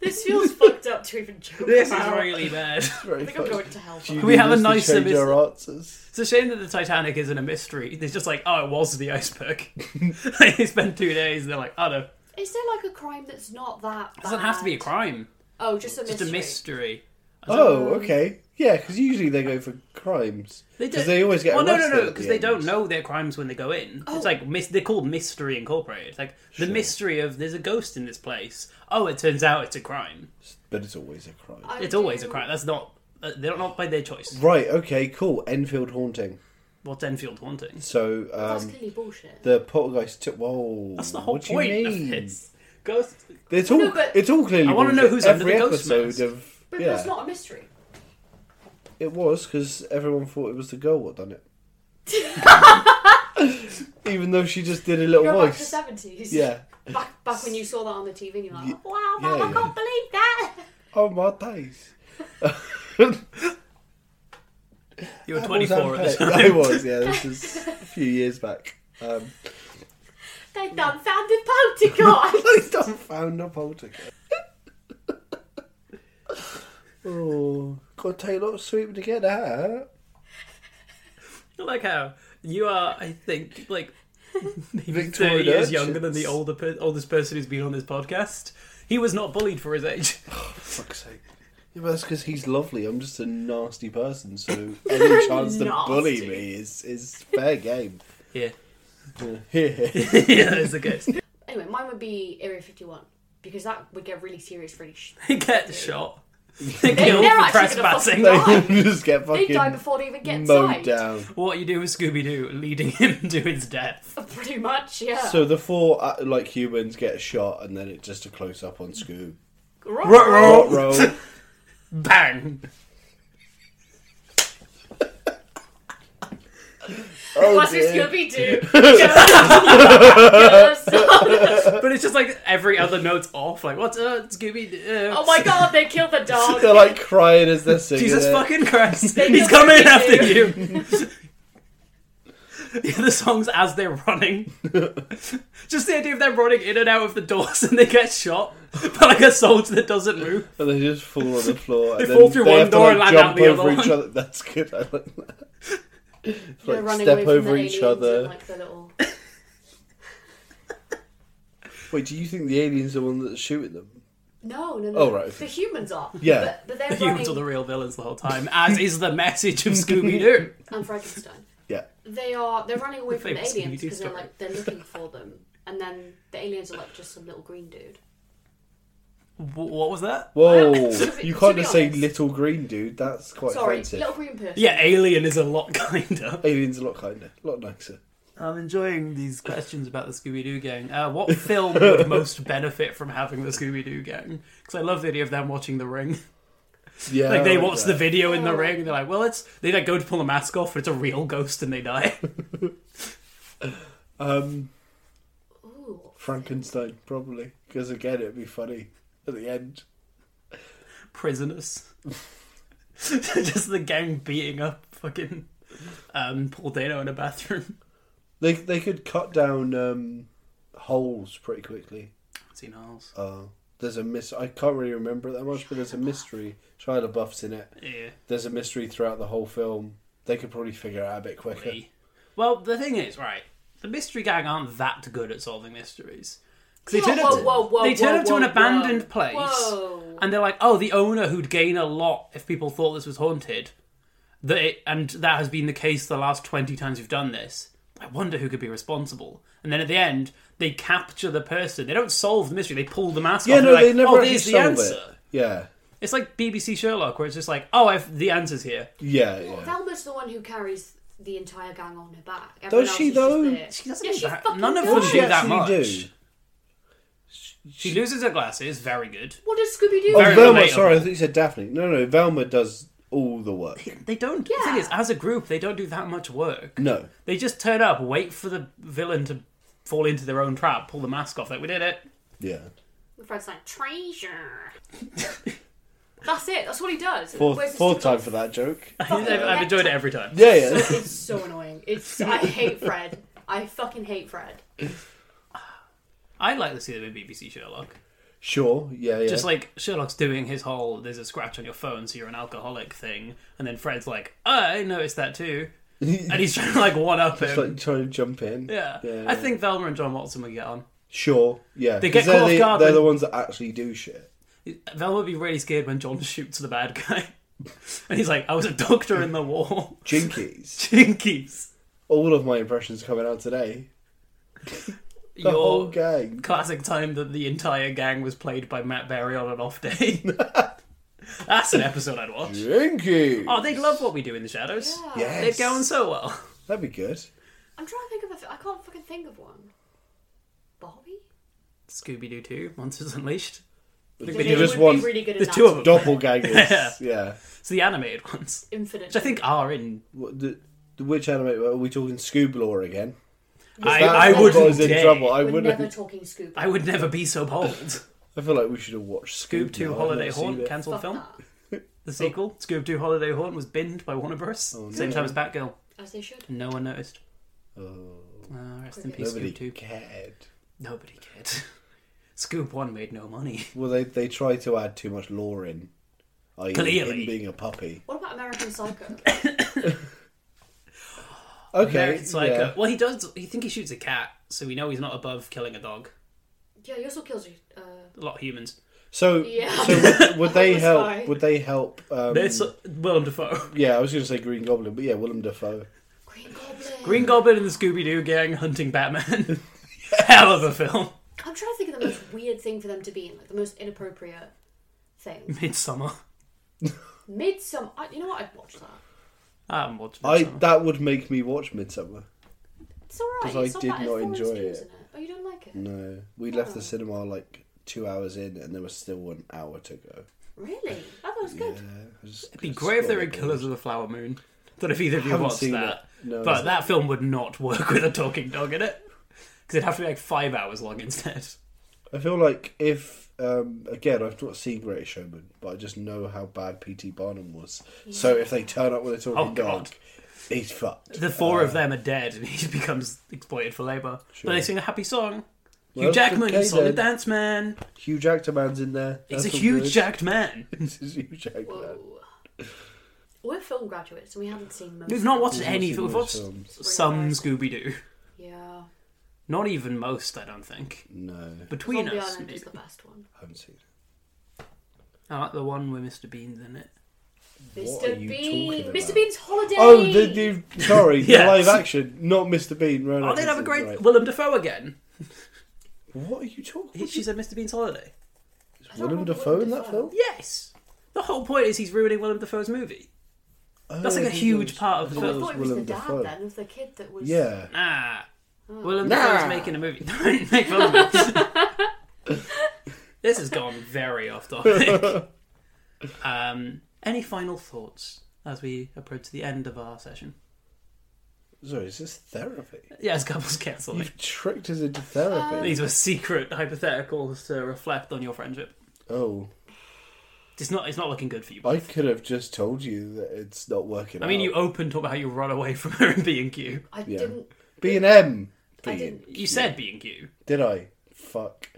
[SPEAKER 2] This feels fucked up to even joke
[SPEAKER 3] This is
[SPEAKER 2] about.
[SPEAKER 3] really bad.
[SPEAKER 1] Very
[SPEAKER 2] I think I'm
[SPEAKER 1] funny.
[SPEAKER 2] going to hell.
[SPEAKER 1] Do you
[SPEAKER 3] Can we
[SPEAKER 1] need
[SPEAKER 3] have a
[SPEAKER 1] us to
[SPEAKER 3] nicer
[SPEAKER 1] change
[SPEAKER 3] mis-
[SPEAKER 1] our answers?
[SPEAKER 3] It's a shame that the Titanic isn't a mystery. It's just like, oh, it was the iceberg. they spend two days and they're like, oh no, it
[SPEAKER 2] Is there like a crime that's not that? Bad?
[SPEAKER 3] doesn't have to be a crime.
[SPEAKER 2] Oh, just a mystery.
[SPEAKER 3] It's just a mystery.
[SPEAKER 1] Oh, okay. Yeah, because usually they go for crimes.
[SPEAKER 3] They
[SPEAKER 1] Because
[SPEAKER 3] don't-
[SPEAKER 1] they always get
[SPEAKER 3] Well, no,
[SPEAKER 1] arrested.
[SPEAKER 3] no, no,
[SPEAKER 1] at the
[SPEAKER 3] because they
[SPEAKER 1] end.
[SPEAKER 3] don't know their crimes when they go in. It's like mis- they're called Mystery Incorporated. It's like the mystery of there's a ghost in this place. Oh, it turns out it's a crime.
[SPEAKER 1] But it's always a crime.
[SPEAKER 2] I
[SPEAKER 3] It's always a
[SPEAKER 2] do-
[SPEAKER 3] crime. That's not. Uh, they're not by their choice.
[SPEAKER 1] Right, okay, cool. Enfield Haunting.
[SPEAKER 3] What's Enfield haunting?
[SPEAKER 1] So,
[SPEAKER 2] That's
[SPEAKER 1] um,
[SPEAKER 2] clearly bullshit.
[SPEAKER 1] the poltergeist took. Whoa.
[SPEAKER 3] That's the whole
[SPEAKER 1] what do
[SPEAKER 3] point
[SPEAKER 1] you
[SPEAKER 3] of
[SPEAKER 1] mean?
[SPEAKER 3] this. Ghost.
[SPEAKER 1] It's all,
[SPEAKER 2] No, but-
[SPEAKER 1] it's all clearly.
[SPEAKER 3] I wanna know
[SPEAKER 1] bullshit.
[SPEAKER 3] who's under
[SPEAKER 1] Every
[SPEAKER 3] the ghost
[SPEAKER 1] episode
[SPEAKER 3] mask.
[SPEAKER 1] of.
[SPEAKER 2] but
[SPEAKER 1] yeah,
[SPEAKER 2] that's not a mystery.
[SPEAKER 1] it was because everyone thought it was the girl what done it. Even though she just did a little
[SPEAKER 2] You're back to
[SPEAKER 1] voice.
[SPEAKER 2] seventies.
[SPEAKER 1] Yeah.
[SPEAKER 2] Back back when you saw that on the TV, and you're like,
[SPEAKER 1] Ye-
[SPEAKER 2] "Wow,
[SPEAKER 1] yeah,
[SPEAKER 2] Mum, I
[SPEAKER 1] yeah.
[SPEAKER 2] can't believe that."
[SPEAKER 1] Oh my days.
[SPEAKER 3] You were
[SPEAKER 1] That was
[SPEAKER 3] 24 at the
[SPEAKER 1] unfair. I
[SPEAKER 3] time.
[SPEAKER 1] was, yeah. This is a few years back. Um,
[SPEAKER 2] They done found the poltergeist.
[SPEAKER 1] I done found a poltergeist. oh, gotta take a lot of sweeping to get that.
[SPEAKER 3] I like how you are. I think like maybe
[SPEAKER 1] Victoria
[SPEAKER 3] thirty years
[SPEAKER 1] Urchins.
[SPEAKER 3] younger than the older per- oldest person who's been on this podcast. He was not bullied for his age.
[SPEAKER 1] Fuck's sake. Yeah, but that's because he's lovely. I'm just a nasty person, so any chance to bully
[SPEAKER 2] Nasty.
[SPEAKER 1] me is is fair game.
[SPEAKER 3] Yeah,
[SPEAKER 1] Yeah.
[SPEAKER 3] yeah, that's the case.
[SPEAKER 2] anyway, mine would be Area 51 because that would get really serious really sh-
[SPEAKER 3] They get shot. They killed
[SPEAKER 2] they're
[SPEAKER 3] for
[SPEAKER 2] actually gonna fucking
[SPEAKER 3] trespassing.
[SPEAKER 1] they
[SPEAKER 2] die.
[SPEAKER 1] all just get
[SPEAKER 2] They die
[SPEAKER 1] fucking
[SPEAKER 2] before they even get
[SPEAKER 1] mowed
[SPEAKER 2] inside.
[SPEAKER 1] down.
[SPEAKER 3] What you do with Scooby Doo, leading him to his death.
[SPEAKER 2] Pretty much, yeah.
[SPEAKER 1] So the four uh, like humans get shot, and then it's just a close up on Scoob.
[SPEAKER 2] Ruh-roh. Oh,
[SPEAKER 1] Rot roll.
[SPEAKER 3] Bang!
[SPEAKER 1] Oh
[SPEAKER 2] What's this
[SPEAKER 1] oh, dear.
[SPEAKER 2] Scooby do? oh
[SPEAKER 3] But it's just like every other note's off. Like, what's uh, Scooby Doo?
[SPEAKER 2] Oh my god, they killed the
[SPEAKER 1] They're
[SPEAKER 2] dog.
[SPEAKER 1] like crying as they're singing.
[SPEAKER 3] Jesus
[SPEAKER 1] it.
[SPEAKER 3] fucking Christ!
[SPEAKER 2] They
[SPEAKER 3] He's
[SPEAKER 2] know
[SPEAKER 3] coming
[SPEAKER 2] what they
[SPEAKER 3] after
[SPEAKER 2] do.
[SPEAKER 3] you. the songs as they're running. Just the idea of them running in and out of the doors and they get shot by like a soldier that doesn't move.
[SPEAKER 1] And they just fall on the floor.
[SPEAKER 3] They
[SPEAKER 1] and
[SPEAKER 3] fall
[SPEAKER 1] then
[SPEAKER 3] through
[SPEAKER 1] they
[SPEAKER 3] one
[SPEAKER 1] have to,
[SPEAKER 3] door and
[SPEAKER 1] like,
[SPEAKER 3] land out
[SPEAKER 1] jump
[SPEAKER 3] the other
[SPEAKER 1] over
[SPEAKER 3] one.
[SPEAKER 1] each other. That's good. I like that. It's
[SPEAKER 2] They're
[SPEAKER 1] like
[SPEAKER 2] running
[SPEAKER 1] step
[SPEAKER 2] away from
[SPEAKER 1] over
[SPEAKER 2] the
[SPEAKER 1] each
[SPEAKER 2] aliens
[SPEAKER 1] other.
[SPEAKER 2] And, like, the little...
[SPEAKER 1] Wait, do you think the aliens are the one that's shooting them?
[SPEAKER 2] No, no, no.
[SPEAKER 1] Oh, right,
[SPEAKER 2] The
[SPEAKER 1] okay.
[SPEAKER 2] humans are.
[SPEAKER 1] Yeah.
[SPEAKER 2] But, but they're
[SPEAKER 3] The
[SPEAKER 2] running...
[SPEAKER 3] humans are the real villains the whole time, as is the message of Scooby Doo.
[SPEAKER 2] And Frankenstein.
[SPEAKER 1] Yeah.
[SPEAKER 2] They are. They're running away from the
[SPEAKER 3] Famous
[SPEAKER 2] aliens
[SPEAKER 3] Scooby-Doo
[SPEAKER 2] because they're
[SPEAKER 3] story.
[SPEAKER 2] like they're looking for them. and then the aliens are like just some little green dude.
[SPEAKER 3] Wh- what was that?
[SPEAKER 1] Whoa!
[SPEAKER 2] To be-
[SPEAKER 1] you
[SPEAKER 2] to
[SPEAKER 1] can't
[SPEAKER 2] be
[SPEAKER 1] just say
[SPEAKER 2] honest.
[SPEAKER 1] little green dude. That's quite
[SPEAKER 2] Sorry,
[SPEAKER 1] offensive.
[SPEAKER 2] little green person.
[SPEAKER 3] Yeah, alien is a lot kinder.
[SPEAKER 1] Alien's a lot kinder, a lot nicer.
[SPEAKER 3] I'm enjoying these questions about the Scooby Doo gang. Uh, what film would most benefit from having the Scooby Doo gang? Because I love the idea of them watching The Ring.
[SPEAKER 1] Yeah,
[SPEAKER 3] Like
[SPEAKER 1] I
[SPEAKER 3] they
[SPEAKER 1] like
[SPEAKER 3] watch the
[SPEAKER 1] that.
[SPEAKER 3] video in the
[SPEAKER 2] Oh.
[SPEAKER 3] ring, and they're like, "Well, it's." They like go to pull the mask off, but it's a real ghost, and they die.
[SPEAKER 1] um,
[SPEAKER 2] Ooh,
[SPEAKER 1] Frankenstein probably because again it'd be funny at the end.
[SPEAKER 3] Prisoners. Just the gang beating up fucking um, Paul Dano in a bathroom.
[SPEAKER 1] They they could cut down um, holes pretty quickly.
[SPEAKER 3] Seen Isles.
[SPEAKER 1] Uh, there's a miss. I can't really remember it that much, but there's a mystery. Shia LaBeouf's in it.
[SPEAKER 3] Yeah.
[SPEAKER 1] There's a mystery throughout the whole film. They could probably figure it out a bit quicker.
[SPEAKER 3] Well, the thing is, right? The mystery gang aren't that good at solving mysteries. 'Cause
[SPEAKER 2] Whoa, whoa, whoa, whoa,
[SPEAKER 3] they turn
[SPEAKER 2] whoa,
[SPEAKER 3] up to an
[SPEAKER 2] whoa,
[SPEAKER 3] abandoned
[SPEAKER 2] whoa.
[SPEAKER 3] place,
[SPEAKER 2] Whoa.
[SPEAKER 3] and they're like, "Oh, the owner who'd gain a lot if people thought this was haunted." That it, and that has been the case the last twenty times we've done this. I wonder who could be responsible. And then at the end, they capture the person. They don't solve the mystery. They pull the mask
[SPEAKER 1] Yeah,
[SPEAKER 3] off.
[SPEAKER 1] no,
[SPEAKER 3] and they're
[SPEAKER 1] they
[SPEAKER 3] like,
[SPEAKER 1] never
[SPEAKER 3] "Oh,
[SPEAKER 1] actually
[SPEAKER 3] there's the
[SPEAKER 1] solve
[SPEAKER 3] answer."
[SPEAKER 1] it. Yeah,
[SPEAKER 3] It's like BBC Sherlock, where it's just like, "Oh, I've, the answer's here."
[SPEAKER 1] yeah, yeah.
[SPEAKER 2] Thelma's the one who carries the entire gang on her back.
[SPEAKER 1] Does she, though?
[SPEAKER 3] She doesn't
[SPEAKER 2] yeah,
[SPEAKER 3] do
[SPEAKER 2] she
[SPEAKER 3] that.
[SPEAKER 2] fucking
[SPEAKER 3] None of
[SPEAKER 2] does.
[SPEAKER 3] them
[SPEAKER 1] She
[SPEAKER 3] do that
[SPEAKER 1] actually
[SPEAKER 3] much.
[SPEAKER 1] do.
[SPEAKER 3] She loses her glasses. Very good.
[SPEAKER 2] What does Scooby do?
[SPEAKER 1] Oh,
[SPEAKER 3] Very
[SPEAKER 1] Velma.
[SPEAKER 3] relatable.
[SPEAKER 1] Sorry, I think you said Daphne. No, no, Velma does all the work.
[SPEAKER 3] They don't. The
[SPEAKER 2] Yeah.
[SPEAKER 3] thing is, as a group, they don't do that much work.
[SPEAKER 1] No,
[SPEAKER 3] They just turn up, wait for the villain to fall into their own trap, pull the mask off. Like we did it.
[SPEAKER 1] yeah.
[SPEAKER 2] Fred's like treasure. That's it. That's what he does.
[SPEAKER 1] Fourth,
[SPEAKER 2] Where's the
[SPEAKER 1] fourth
[SPEAKER 2] stupid-
[SPEAKER 1] time for that joke.
[SPEAKER 3] I've, I've enjoyed it every time.
[SPEAKER 1] Yeah, yeah.
[SPEAKER 2] It's so annoying. It's I hate Fred. I fucking hate Fred.
[SPEAKER 3] I'd like to see them in BBC Sherlock.
[SPEAKER 1] Sure. Yeah, yeah.
[SPEAKER 3] Just like Sherlock's doing his whole "there's a scratch on your phone, so you're an alcoholic" thing, and then Fred's like, "Oh, "I noticed that too," and he's trying to like one up
[SPEAKER 1] Just
[SPEAKER 3] him.
[SPEAKER 1] like trying to jump in.
[SPEAKER 3] yeah.
[SPEAKER 1] yeah,
[SPEAKER 3] I
[SPEAKER 1] yeah.
[SPEAKER 3] think Velma and John Watson would get on.
[SPEAKER 1] Sure. Yeah.
[SPEAKER 3] They
[SPEAKER 1] 'Cause
[SPEAKER 3] get caught
[SPEAKER 1] they're, the,
[SPEAKER 3] off guard
[SPEAKER 1] they're
[SPEAKER 3] when-
[SPEAKER 1] the ones that actually do shit.
[SPEAKER 3] Velma would be really scared when John shoots the bad guy, and he's like, "I was a doctor in the war."
[SPEAKER 1] Jinkies.
[SPEAKER 3] Jinkies.
[SPEAKER 1] All of my impressions coming out today. The
[SPEAKER 3] Your
[SPEAKER 1] whole gang.
[SPEAKER 3] classic time that the entire gang was played by Matt Berry on an off day. That's an episode I'd watch.
[SPEAKER 1] Jinkies.
[SPEAKER 3] Oh, they'd love what we do in the shadows.
[SPEAKER 2] Yeah.
[SPEAKER 1] Yes.
[SPEAKER 3] They'd go on so well.
[SPEAKER 1] That'd be good.
[SPEAKER 2] I'm trying to think of a. Th- I can't fucking think of one. Bobby.
[SPEAKER 3] Scooby Doo 2, Monsters Unleashed. I think
[SPEAKER 2] They
[SPEAKER 3] they do
[SPEAKER 2] would
[SPEAKER 1] just
[SPEAKER 3] just
[SPEAKER 2] be
[SPEAKER 1] want
[SPEAKER 2] really good at
[SPEAKER 3] the
[SPEAKER 2] that
[SPEAKER 3] two of them.
[SPEAKER 1] Doppelgangers.
[SPEAKER 3] Yeah.
[SPEAKER 1] yeah.
[SPEAKER 3] It's the animated ones,
[SPEAKER 2] Infinite.
[SPEAKER 3] which I think are in.
[SPEAKER 1] What, the, the which anime? Are we talking Scoob lore again?
[SPEAKER 3] I,
[SPEAKER 1] That's
[SPEAKER 3] I
[SPEAKER 1] what
[SPEAKER 3] wouldn't.
[SPEAKER 1] got us in
[SPEAKER 3] dare.
[SPEAKER 1] trouble. I
[SPEAKER 2] We're
[SPEAKER 1] wouldn't.
[SPEAKER 2] never talking Scooby.
[SPEAKER 3] I would never be so bold.
[SPEAKER 1] I feel like we should have watched Scoob.
[SPEAKER 3] Scoob 2
[SPEAKER 1] now. I've
[SPEAKER 3] Holiday
[SPEAKER 1] not seen
[SPEAKER 3] Haunt,
[SPEAKER 1] it.
[SPEAKER 3] cancelled
[SPEAKER 2] Fuck
[SPEAKER 3] film.
[SPEAKER 2] that.
[SPEAKER 3] The sequel, Scoob 2 Holiday Haunt, was binned by Warner Bros. Same time as Batgirl.
[SPEAKER 2] As they should.
[SPEAKER 3] No one noticed.
[SPEAKER 1] Oh,
[SPEAKER 3] Uh, rest in
[SPEAKER 2] Cricket.
[SPEAKER 3] peace,
[SPEAKER 1] nobody
[SPEAKER 3] Scoob 2.
[SPEAKER 1] cared.
[SPEAKER 3] Nobody cared. Scoob 1 made no money.
[SPEAKER 1] Well, they they try to add too much lore in. i.e.
[SPEAKER 3] Clearly.
[SPEAKER 1] him being a puppy.
[SPEAKER 2] What about American Psycho?
[SPEAKER 1] Okay,
[SPEAKER 3] American Psycho.
[SPEAKER 1] yeah.
[SPEAKER 3] uh, Well, he does. You think he shoots a cat, so we know he's not above killing a dog.
[SPEAKER 2] yeah, he also kills you. Uh,
[SPEAKER 3] A lot of humans.
[SPEAKER 1] So,
[SPEAKER 2] Yeah.
[SPEAKER 1] so would, would they
[SPEAKER 2] I'm
[SPEAKER 1] help?
[SPEAKER 2] sorry.
[SPEAKER 1] Would they help? Um,
[SPEAKER 3] There's uh, Willem Dafoe.
[SPEAKER 1] yeah, I was going to say Green Goblin, but yeah, Willem Dafoe.
[SPEAKER 2] Green Goblin.
[SPEAKER 3] Green Goblin and the Scooby Doo gang hunting Batman. Hell of a film.
[SPEAKER 2] I'm trying to think of the most weird thing for them to be in, like the most inappropriate thing.
[SPEAKER 3] Midsummer.
[SPEAKER 2] Midsummer. I, you know what? I'd watch that.
[SPEAKER 3] I haven't watched
[SPEAKER 1] I
[SPEAKER 3] Midsummer.
[SPEAKER 1] that would make me watch Midsummer.
[SPEAKER 2] It's alright.
[SPEAKER 1] 'Cause I
[SPEAKER 2] it's
[SPEAKER 1] did
[SPEAKER 2] not, bad.
[SPEAKER 1] not
[SPEAKER 2] It's Florence
[SPEAKER 1] enjoy
[SPEAKER 2] Pugh's
[SPEAKER 1] it.
[SPEAKER 2] in Oh, you don't like it?
[SPEAKER 1] No, we left the cinema like two hours in, and there was still an hour to go.
[SPEAKER 2] Really? I thought it was
[SPEAKER 1] Yeah,
[SPEAKER 2] good.
[SPEAKER 1] I just-
[SPEAKER 3] It'd be
[SPEAKER 1] just
[SPEAKER 3] great if there were
[SPEAKER 1] got
[SPEAKER 3] Killers of the Flower Moon. Don't know if either of you
[SPEAKER 1] Haven't
[SPEAKER 3] watched
[SPEAKER 1] seen
[SPEAKER 3] that.
[SPEAKER 1] it. No,
[SPEAKER 3] but
[SPEAKER 1] it's-
[SPEAKER 3] that film would not work with a talking dog in it. Because it'd have to be like five hours long instead.
[SPEAKER 1] I feel like if um, again I've not seen Greatest Showman, but I just know how bad PT Barnum was. So if they turn up with a talking
[SPEAKER 3] Oh, God.
[SPEAKER 1] dog, he's fucked.
[SPEAKER 3] The four
[SPEAKER 1] Uh.
[SPEAKER 3] of them are dead and he becomes exploited for labour. But they sing a happy song. Hugh
[SPEAKER 1] Well,
[SPEAKER 3] Jackman,
[SPEAKER 1] okay
[SPEAKER 3] he's solid
[SPEAKER 1] then.
[SPEAKER 3] dance man.
[SPEAKER 1] Hugh Jackman's in there.
[SPEAKER 3] He's a
[SPEAKER 1] That's all
[SPEAKER 3] huge
[SPEAKER 1] good.
[SPEAKER 3] jacked man.
[SPEAKER 1] This is Hugh Jackman.
[SPEAKER 2] Whoa. We're film graduates and we haven't seen most.
[SPEAKER 3] We've not watched
[SPEAKER 1] We've not
[SPEAKER 3] any.
[SPEAKER 1] seen
[SPEAKER 3] We've watched
[SPEAKER 1] most films.
[SPEAKER 3] some Scooby Doo.
[SPEAKER 2] Yeah.
[SPEAKER 3] Not even most, I don't think.
[SPEAKER 1] No,
[SPEAKER 3] Between
[SPEAKER 2] Zombie
[SPEAKER 3] us,
[SPEAKER 2] Island
[SPEAKER 3] maybe.
[SPEAKER 2] is the best one.
[SPEAKER 1] I haven't seen it.
[SPEAKER 3] I like the one where Mr. Bean's in it.
[SPEAKER 1] What are
[SPEAKER 2] Mr.
[SPEAKER 1] you
[SPEAKER 2] Bean.
[SPEAKER 1] talking
[SPEAKER 2] Mr.
[SPEAKER 1] about?
[SPEAKER 2] Bean's holiday.
[SPEAKER 1] Oh, the, the sorry,
[SPEAKER 3] Yeah.
[SPEAKER 1] the live action, not Mr Bean. Right,
[SPEAKER 3] Oh, they'd have a great
[SPEAKER 1] right.
[SPEAKER 3] Willem Dafoe again.
[SPEAKER 1] What are you talking?
[SPEAKER 3] She said Mr. Bean's holiday.
[SPEAKER 2] I
[SPEAKER 1] Is
[SPEAKER 2] don't
[SPEAKER 1] Willem
[SPEAKER 2] remember
[SPEAKER 1] Dafoe in
[SPEAKER 2] Willem
[SPEAKER 1] that
[SPEAKER 2] Dafoe.
[SPEAKER 1] film?
[SPEAKER 3] Yes. The whole point is he's ruining Willem Dafoe's movie. That's
[SPEAKER 1] Oh,
[SPEAKER 3] like a
[SPEAKER 1] he
[SPEAKER 3] huge
[SPEAKER 1] does.
[SPEAKER 3] part of
[SPEAKER 1] I
[SPEAKER 3] the
[SPEAKER 2] Oh, I
[SPEAKER 3] film.
[SPEAKER 1] it
[SPEAKER 2] thought it was
[SPEAKER 1] Willem
[SPEAKER 2] the dad
[SPEAKER 1] Dafoe.
[SPEAKER 2] then, of the kid that was.
[SPEAKER 1] Yeah.
[SPEAKER 3] Nah.
[SPEAKER 2] Hmm.
[SPEAKER 3] Willem
[SPEAKER 1] Nah.
[SPEAKER 3] Dafoe's making a movie. No, he didn't make Willem Dafoe. This has gone very off topic. Um, any final thoughts as we approach the end of our session?
[SPEAKER 1] Sorry, is this therapy?
[SPEAKER 3] Yes, couples counseling.
[SPEAKER 1] You've tricked us into therapy.
[SPEAKER 2] Uh,
[SPEAKER 3] These were secret hypotheticals to reflect on your friendship.
[SPEAKER 1] oh,
[SPEAKER 3] It's not. It's not looking good for you.
[SPEAKER 1] I could have just told you that it's not working.
[SPEAKER 3] I mean,
[SPEAKER 1] out.
[SPEAKER 3] you opened up about how you run away from her in B and Q.
[SPEAKER 2] I
[SPEAKER 1] Yeah.
[SPEAKER 2] didn't.
[SPEAKER 1] B and M.
[SPEAKER 2] I didn't.
[SPEAKER 3] You said B and Q.
[SPEAKER 1] Did I? Fuck.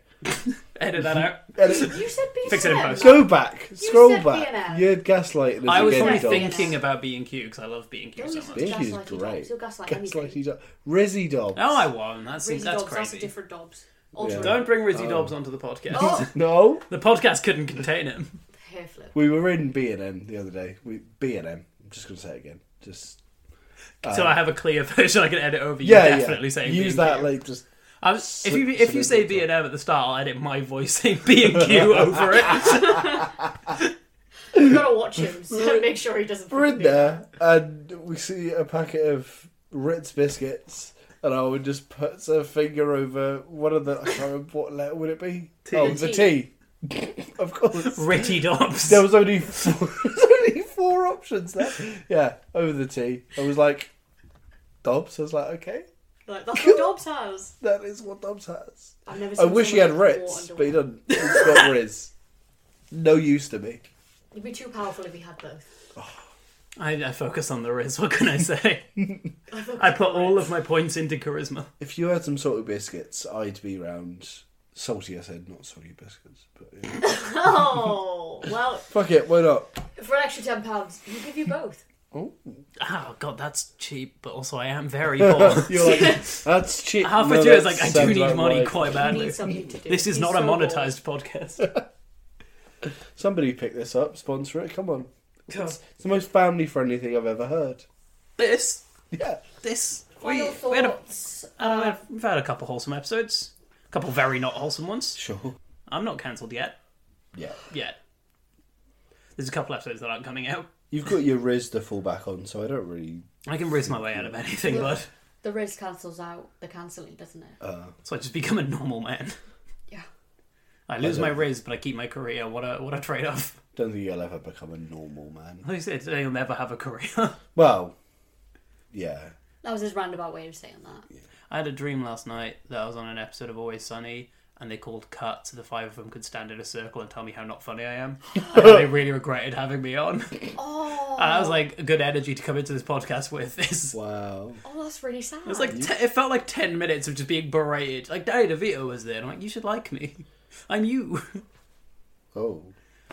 [SPEAKER 3] Edit that out.
[SPEAKER 1] Edit-
[SPEAKER 2] You said B.
[SPEAKER 3] Fix it in post.
[SPEAKER 1] Go back. Scroll
[SPEAKER 2] said
[SPEAKER 1] back.
[SPEAKER 2] B&M.
[SPEAKER 1] You're gaslighting us
[SPEAKER 3] I was
[SPEAKER 1] again,
[SPEAKER 3] only
[SPEAKER 2] Gaslight.
[SPEAKER 1] Dom.
[SPEAKER 3] thinking about B and Q because I love B and Q
[SPEAKER 2] Don't
[SPEAKER 3] so
[SPEAKER 2] listen
[SPEAKER 3] much.
[SPEAKER 2] to
[SPEAKER 1] B and Q is
[SPEAKER 2] Gaslight you, Dom.
[SPEAKER 1] great.
[SPEAKER 2] Still gaslight
[SPEAKER 1] Gaslight
[SPEAKER 2] anything.
[SPEAKER 1] you, Dom. Rizzy Dobbs.
[SPEAKER 3] No, I won. That's
[SPEAKER 2] Rizzy
[SPEAKER 3] that's
[SPEAKER 2] Dobbs, that's a
[SPEAKER 3] crazy.
[SPEAKER 2] different Dobbs. Ultra
[SPEAKER 1] Yeah.
[SPEAKER 3] Don't bring Rizzy Dobbs onto the podcast.
[SPEAKER 2] Oh,
[SPEAKER 1] No,
[SPEAKER 3] The podcast couldn't contain him.
[SPEAKER 2] hair flip.
[SPEAKER 1] we were in B and M the other day. We B and M. I'm just gonna say it again. Just
[SPEAKER 3] so I have a clear version I can edit over. You
[SPEAKER 1] Oh. yeah,
[SPEAKER 3] definitely
[SPEAKER 1] yeah.
[SPEAKER 3] saying
[SPEAKER 1] Use
[SPEAKER 3] B&Q.
[SPEAKER 1] that like just
[SPEAKER 3] I was, if you
[SPEAKER 1] slip-
[SPEAKER 3] if you
[SPEAKER 1] slip
[SPEAKER 3] say
[SPEAKER 1] it
[SPEAKER 3] B and M at the start, I'll edit my voice saying B and Q over it.
[SPEAKER 2] You gotta watch him so make sure he doesn't.
[SPEAKER 1] we're in
[SPEAKER 2] fucking be-
[SPEAKER 1] there, and we see a packet of Ritz biscuits, and I would just puts her finger over one of the. I can't remember what letter would it be.
[SPEAKER 3] T.
[SPEAKER 1] Oh, the T. of course.
[SPEAKER 3] Ritty Dobbs.
[SPEAKER 1] There was only four, there's only four options there. Yeah, over the T. I was like, Dobbs. I was like, okay,
[SPEAKER 2] Like that's what Dobbs has.
[SPEAKER 1] that is what Dobbs has.
[SPEAKER 2] I've never.
[SPEAKER 1] I
[SPEAKER 2] Seen
[SPEAKER 1] wish he had
[SPEAKER 2] someone with more
[SPEAKER 1] Ritz, but he
[SPEAKER 2] underwear.
[SPEAKER 1] doesn't. He's got Riz. No use to me.
[SPEAKER 2] He'd be too powerful if he had both.
[SPEAKER 3] I, I focus on the Riz. What can I say?
[SPEAKER 2] I, fucking
[SPEAKER 3] I put all
[SPEAKER 2] Ritz.
[SPEAKER 3] of my points into charisma.
[SPEAKER 1] If you had some salty biscuits, I'd be round. Salty, I said, not salty biscuits. But yeah.
[SPEAKER 2] Oh well,
[SPEAKER 1] fuck it, why not?
[SPEAKER 2] for an extra ten pounds, we'll give you both.
[SPEAKER 3] Oh god, that's cheap. But also, I am very poor.
[SPEAKER 1] You're like, that's cheap.
[SPEAKER 3] Half
[SPEAKER 1] No,
[SPEAKER 3] I do is
[SPEAKER 1] that
[SPEAKER 3] like I do
[SPEAKER 1] sounds
[SPEAKER 3] need
[SPEAKER 1] about
[SPEAKER 3] money
[SPEAKER 1] right.
[SPEAKER 3] quite
[SPEAKER 2] He
[SPEAKER 3] badly.
[SPEAKER 2] needs something to do.
[SPEAKER 3] This is
[SPEAKER 2] He's
[SPEAKER 3] not a
[SPEAKER 2] so bored.
[SPEAKER 3] monetized podcast.
[SPEAKER 1] Somebody pick this up, sponsor it. Come on,
[SPEAKER 3] God.
[SPEAKER 1] it's the most family-friendly thing I've ever heard.
[SPEAKER 3] This
[SPEAKER 1] Yeah,
[SPEAKER 3] this we,
[SPEAKER 2] Final
[SPEAKER 3] we had a
[SPEAKER 2] thoughts.
[SPEAKER 3] Uh, we've- we've had a couple wholesome episodes, a couple very not wholesome ones.
[SPEAKER 1] sure.
[SPEAKER 3] I'm not cancelled yet.
[SPEAKER 1] Yeah,
[SPEAKER 3] Yet. There's a couple episodes that aren't coming out.
[SPEAKER 1] you've got your Riz to fall back on, so I don't really.
[SPEAKER 3] I can risk my way out of anything, but
[SPEAKER 2] The race cancels out the cancelling, doesn't it?
[SPEAKER 1] Uh.
[SPEAKER 3] so I just become a normal man.
[SPEAKER 2] yeah.
[SPEAKER 3] I lose
[SPEAKER 1] don't-
[SPEAKER 3] my riz, but I keep my career. What a what a trade off.
[SPEAKER 1] Don't think you'll ever become a normal man.
[SPEAKER 3] Like I said, today you'll never have a career.
[SPEAKER 1] Well, yeah.
[SPEAKER 2] That was his roundabout way of saying that.
[SPEAKER 3] I had a dream last night that I was on an episode of Always Sunny, and they called cut so the five of them could stand in a circle and tell me how not funny I am. and they really regretted having me on. And
[SPEAKER 2] Oh,
[SPEAKER 3] I was like, good energy to come into this podcast with. This
[SPEAKER 1] Wow.
[SPEAKER 2] oh, that's really sad.
[SPEAKER 3] It was like te- it felt like ten minutes of just being berated. Like Danny DeVito was there, and I'm like, you should like me. I'm you.
[SPEAKER 1] Oh,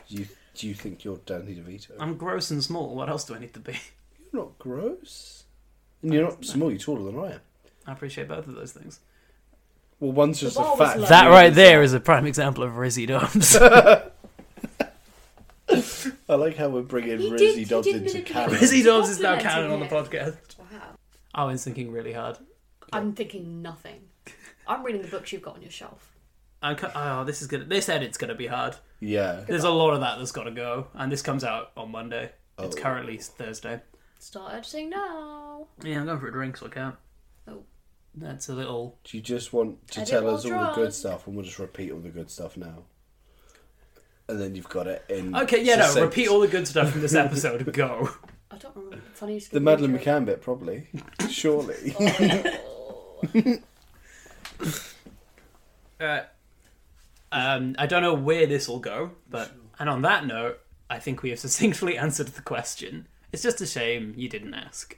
[SPEAKER 1] do you do you think you're Danny DeVito?
[SPEAKER 3] I'm gross and small. What else do I need to be?
[SPEAKER 1] You're not gross. And you're not small, you're taller than I am.
[SPEAKER 3] I appreciate both of those things.
[SPEAKER 1] Well, one's just
[SPEAKER 2] bar
[SPEAKER 1] a
[SPEAKER 2] was
[SPEAKER 1] fat.
[SPEAKER 2] low.
[SPEAKER 3] That right there is a prime example of Rizzy Dobbs.
[SPEAKER 1] I like how we're bringing
[SPEAKER 2] He did-
[SPEAKER 1] Rizzy
[SPEAKER 2] he
[SPEAKER 1] Dobbs
[SPEAKER 2] did
[SPEAKER 1] into
[SPEAKER 2] manipulate
[SPEAKER 1] canon.
[SPEAKER 2] us.
[SPEAKER 3] Rizzy Dobbs is now
[SPEAKER 2] Complimenting
[SPEAKER 3] canon on the
[SPEAKER 2] it.
[SPEAKER 3] podcast.
[SPEAKER 2] wow.
[SPEAKER 3] I was thinking Oh, really hard.
[SPEAKER 2] I'm thinking nothing. I'm reading the books you've got on your shelf.
[SPEAKER 3] I'm co- oh, this is gonna. This edit's gonna be hard.
[SPEAKER 1] Yeah.
[SPEAKER 3] There's a lot of that that's gotta go, and this comes out on Monday. It's
[SPEAKER 1] Oh.
[SPEAKER 3] currently Thursday.
[SPEAKER 2] Start editing now.
[SPEAKER 3] Yeah, I'm going for a drink, so I can't.
[SPEAKER 2] Oh.
[SPEAKER 3] That's a little.
[SPEAKER 1] Do you just want to
[SPEAKER 2] Edit
[SPEAKER 1] tell
[SPEAKER 2] while
[SPEAKER 1] us all the good
[SPEAKER 2] drunk.
[SPEAKER 1] stuff and we'll just repeat all the good stuff now? And then you've got it in.
[SPEAKER 3] Okay, yeah, no.
[SPEAKER 1] succinct.
[SPEAKER 3] Repeat all the good stuff from this episode. Go.
[SPEAKER 2] I don't remember the funniest.
[SPEAKER 1] The Madeline McCann bit, probably.
[SPEAKER 2] Oh,
[SPEAKER 1] Surely.
[SPEAKER 3] Alright. Um, I don't know where this will go, but and on that note, I think we have succinctly answered the question. It's just a shame you didn't ask.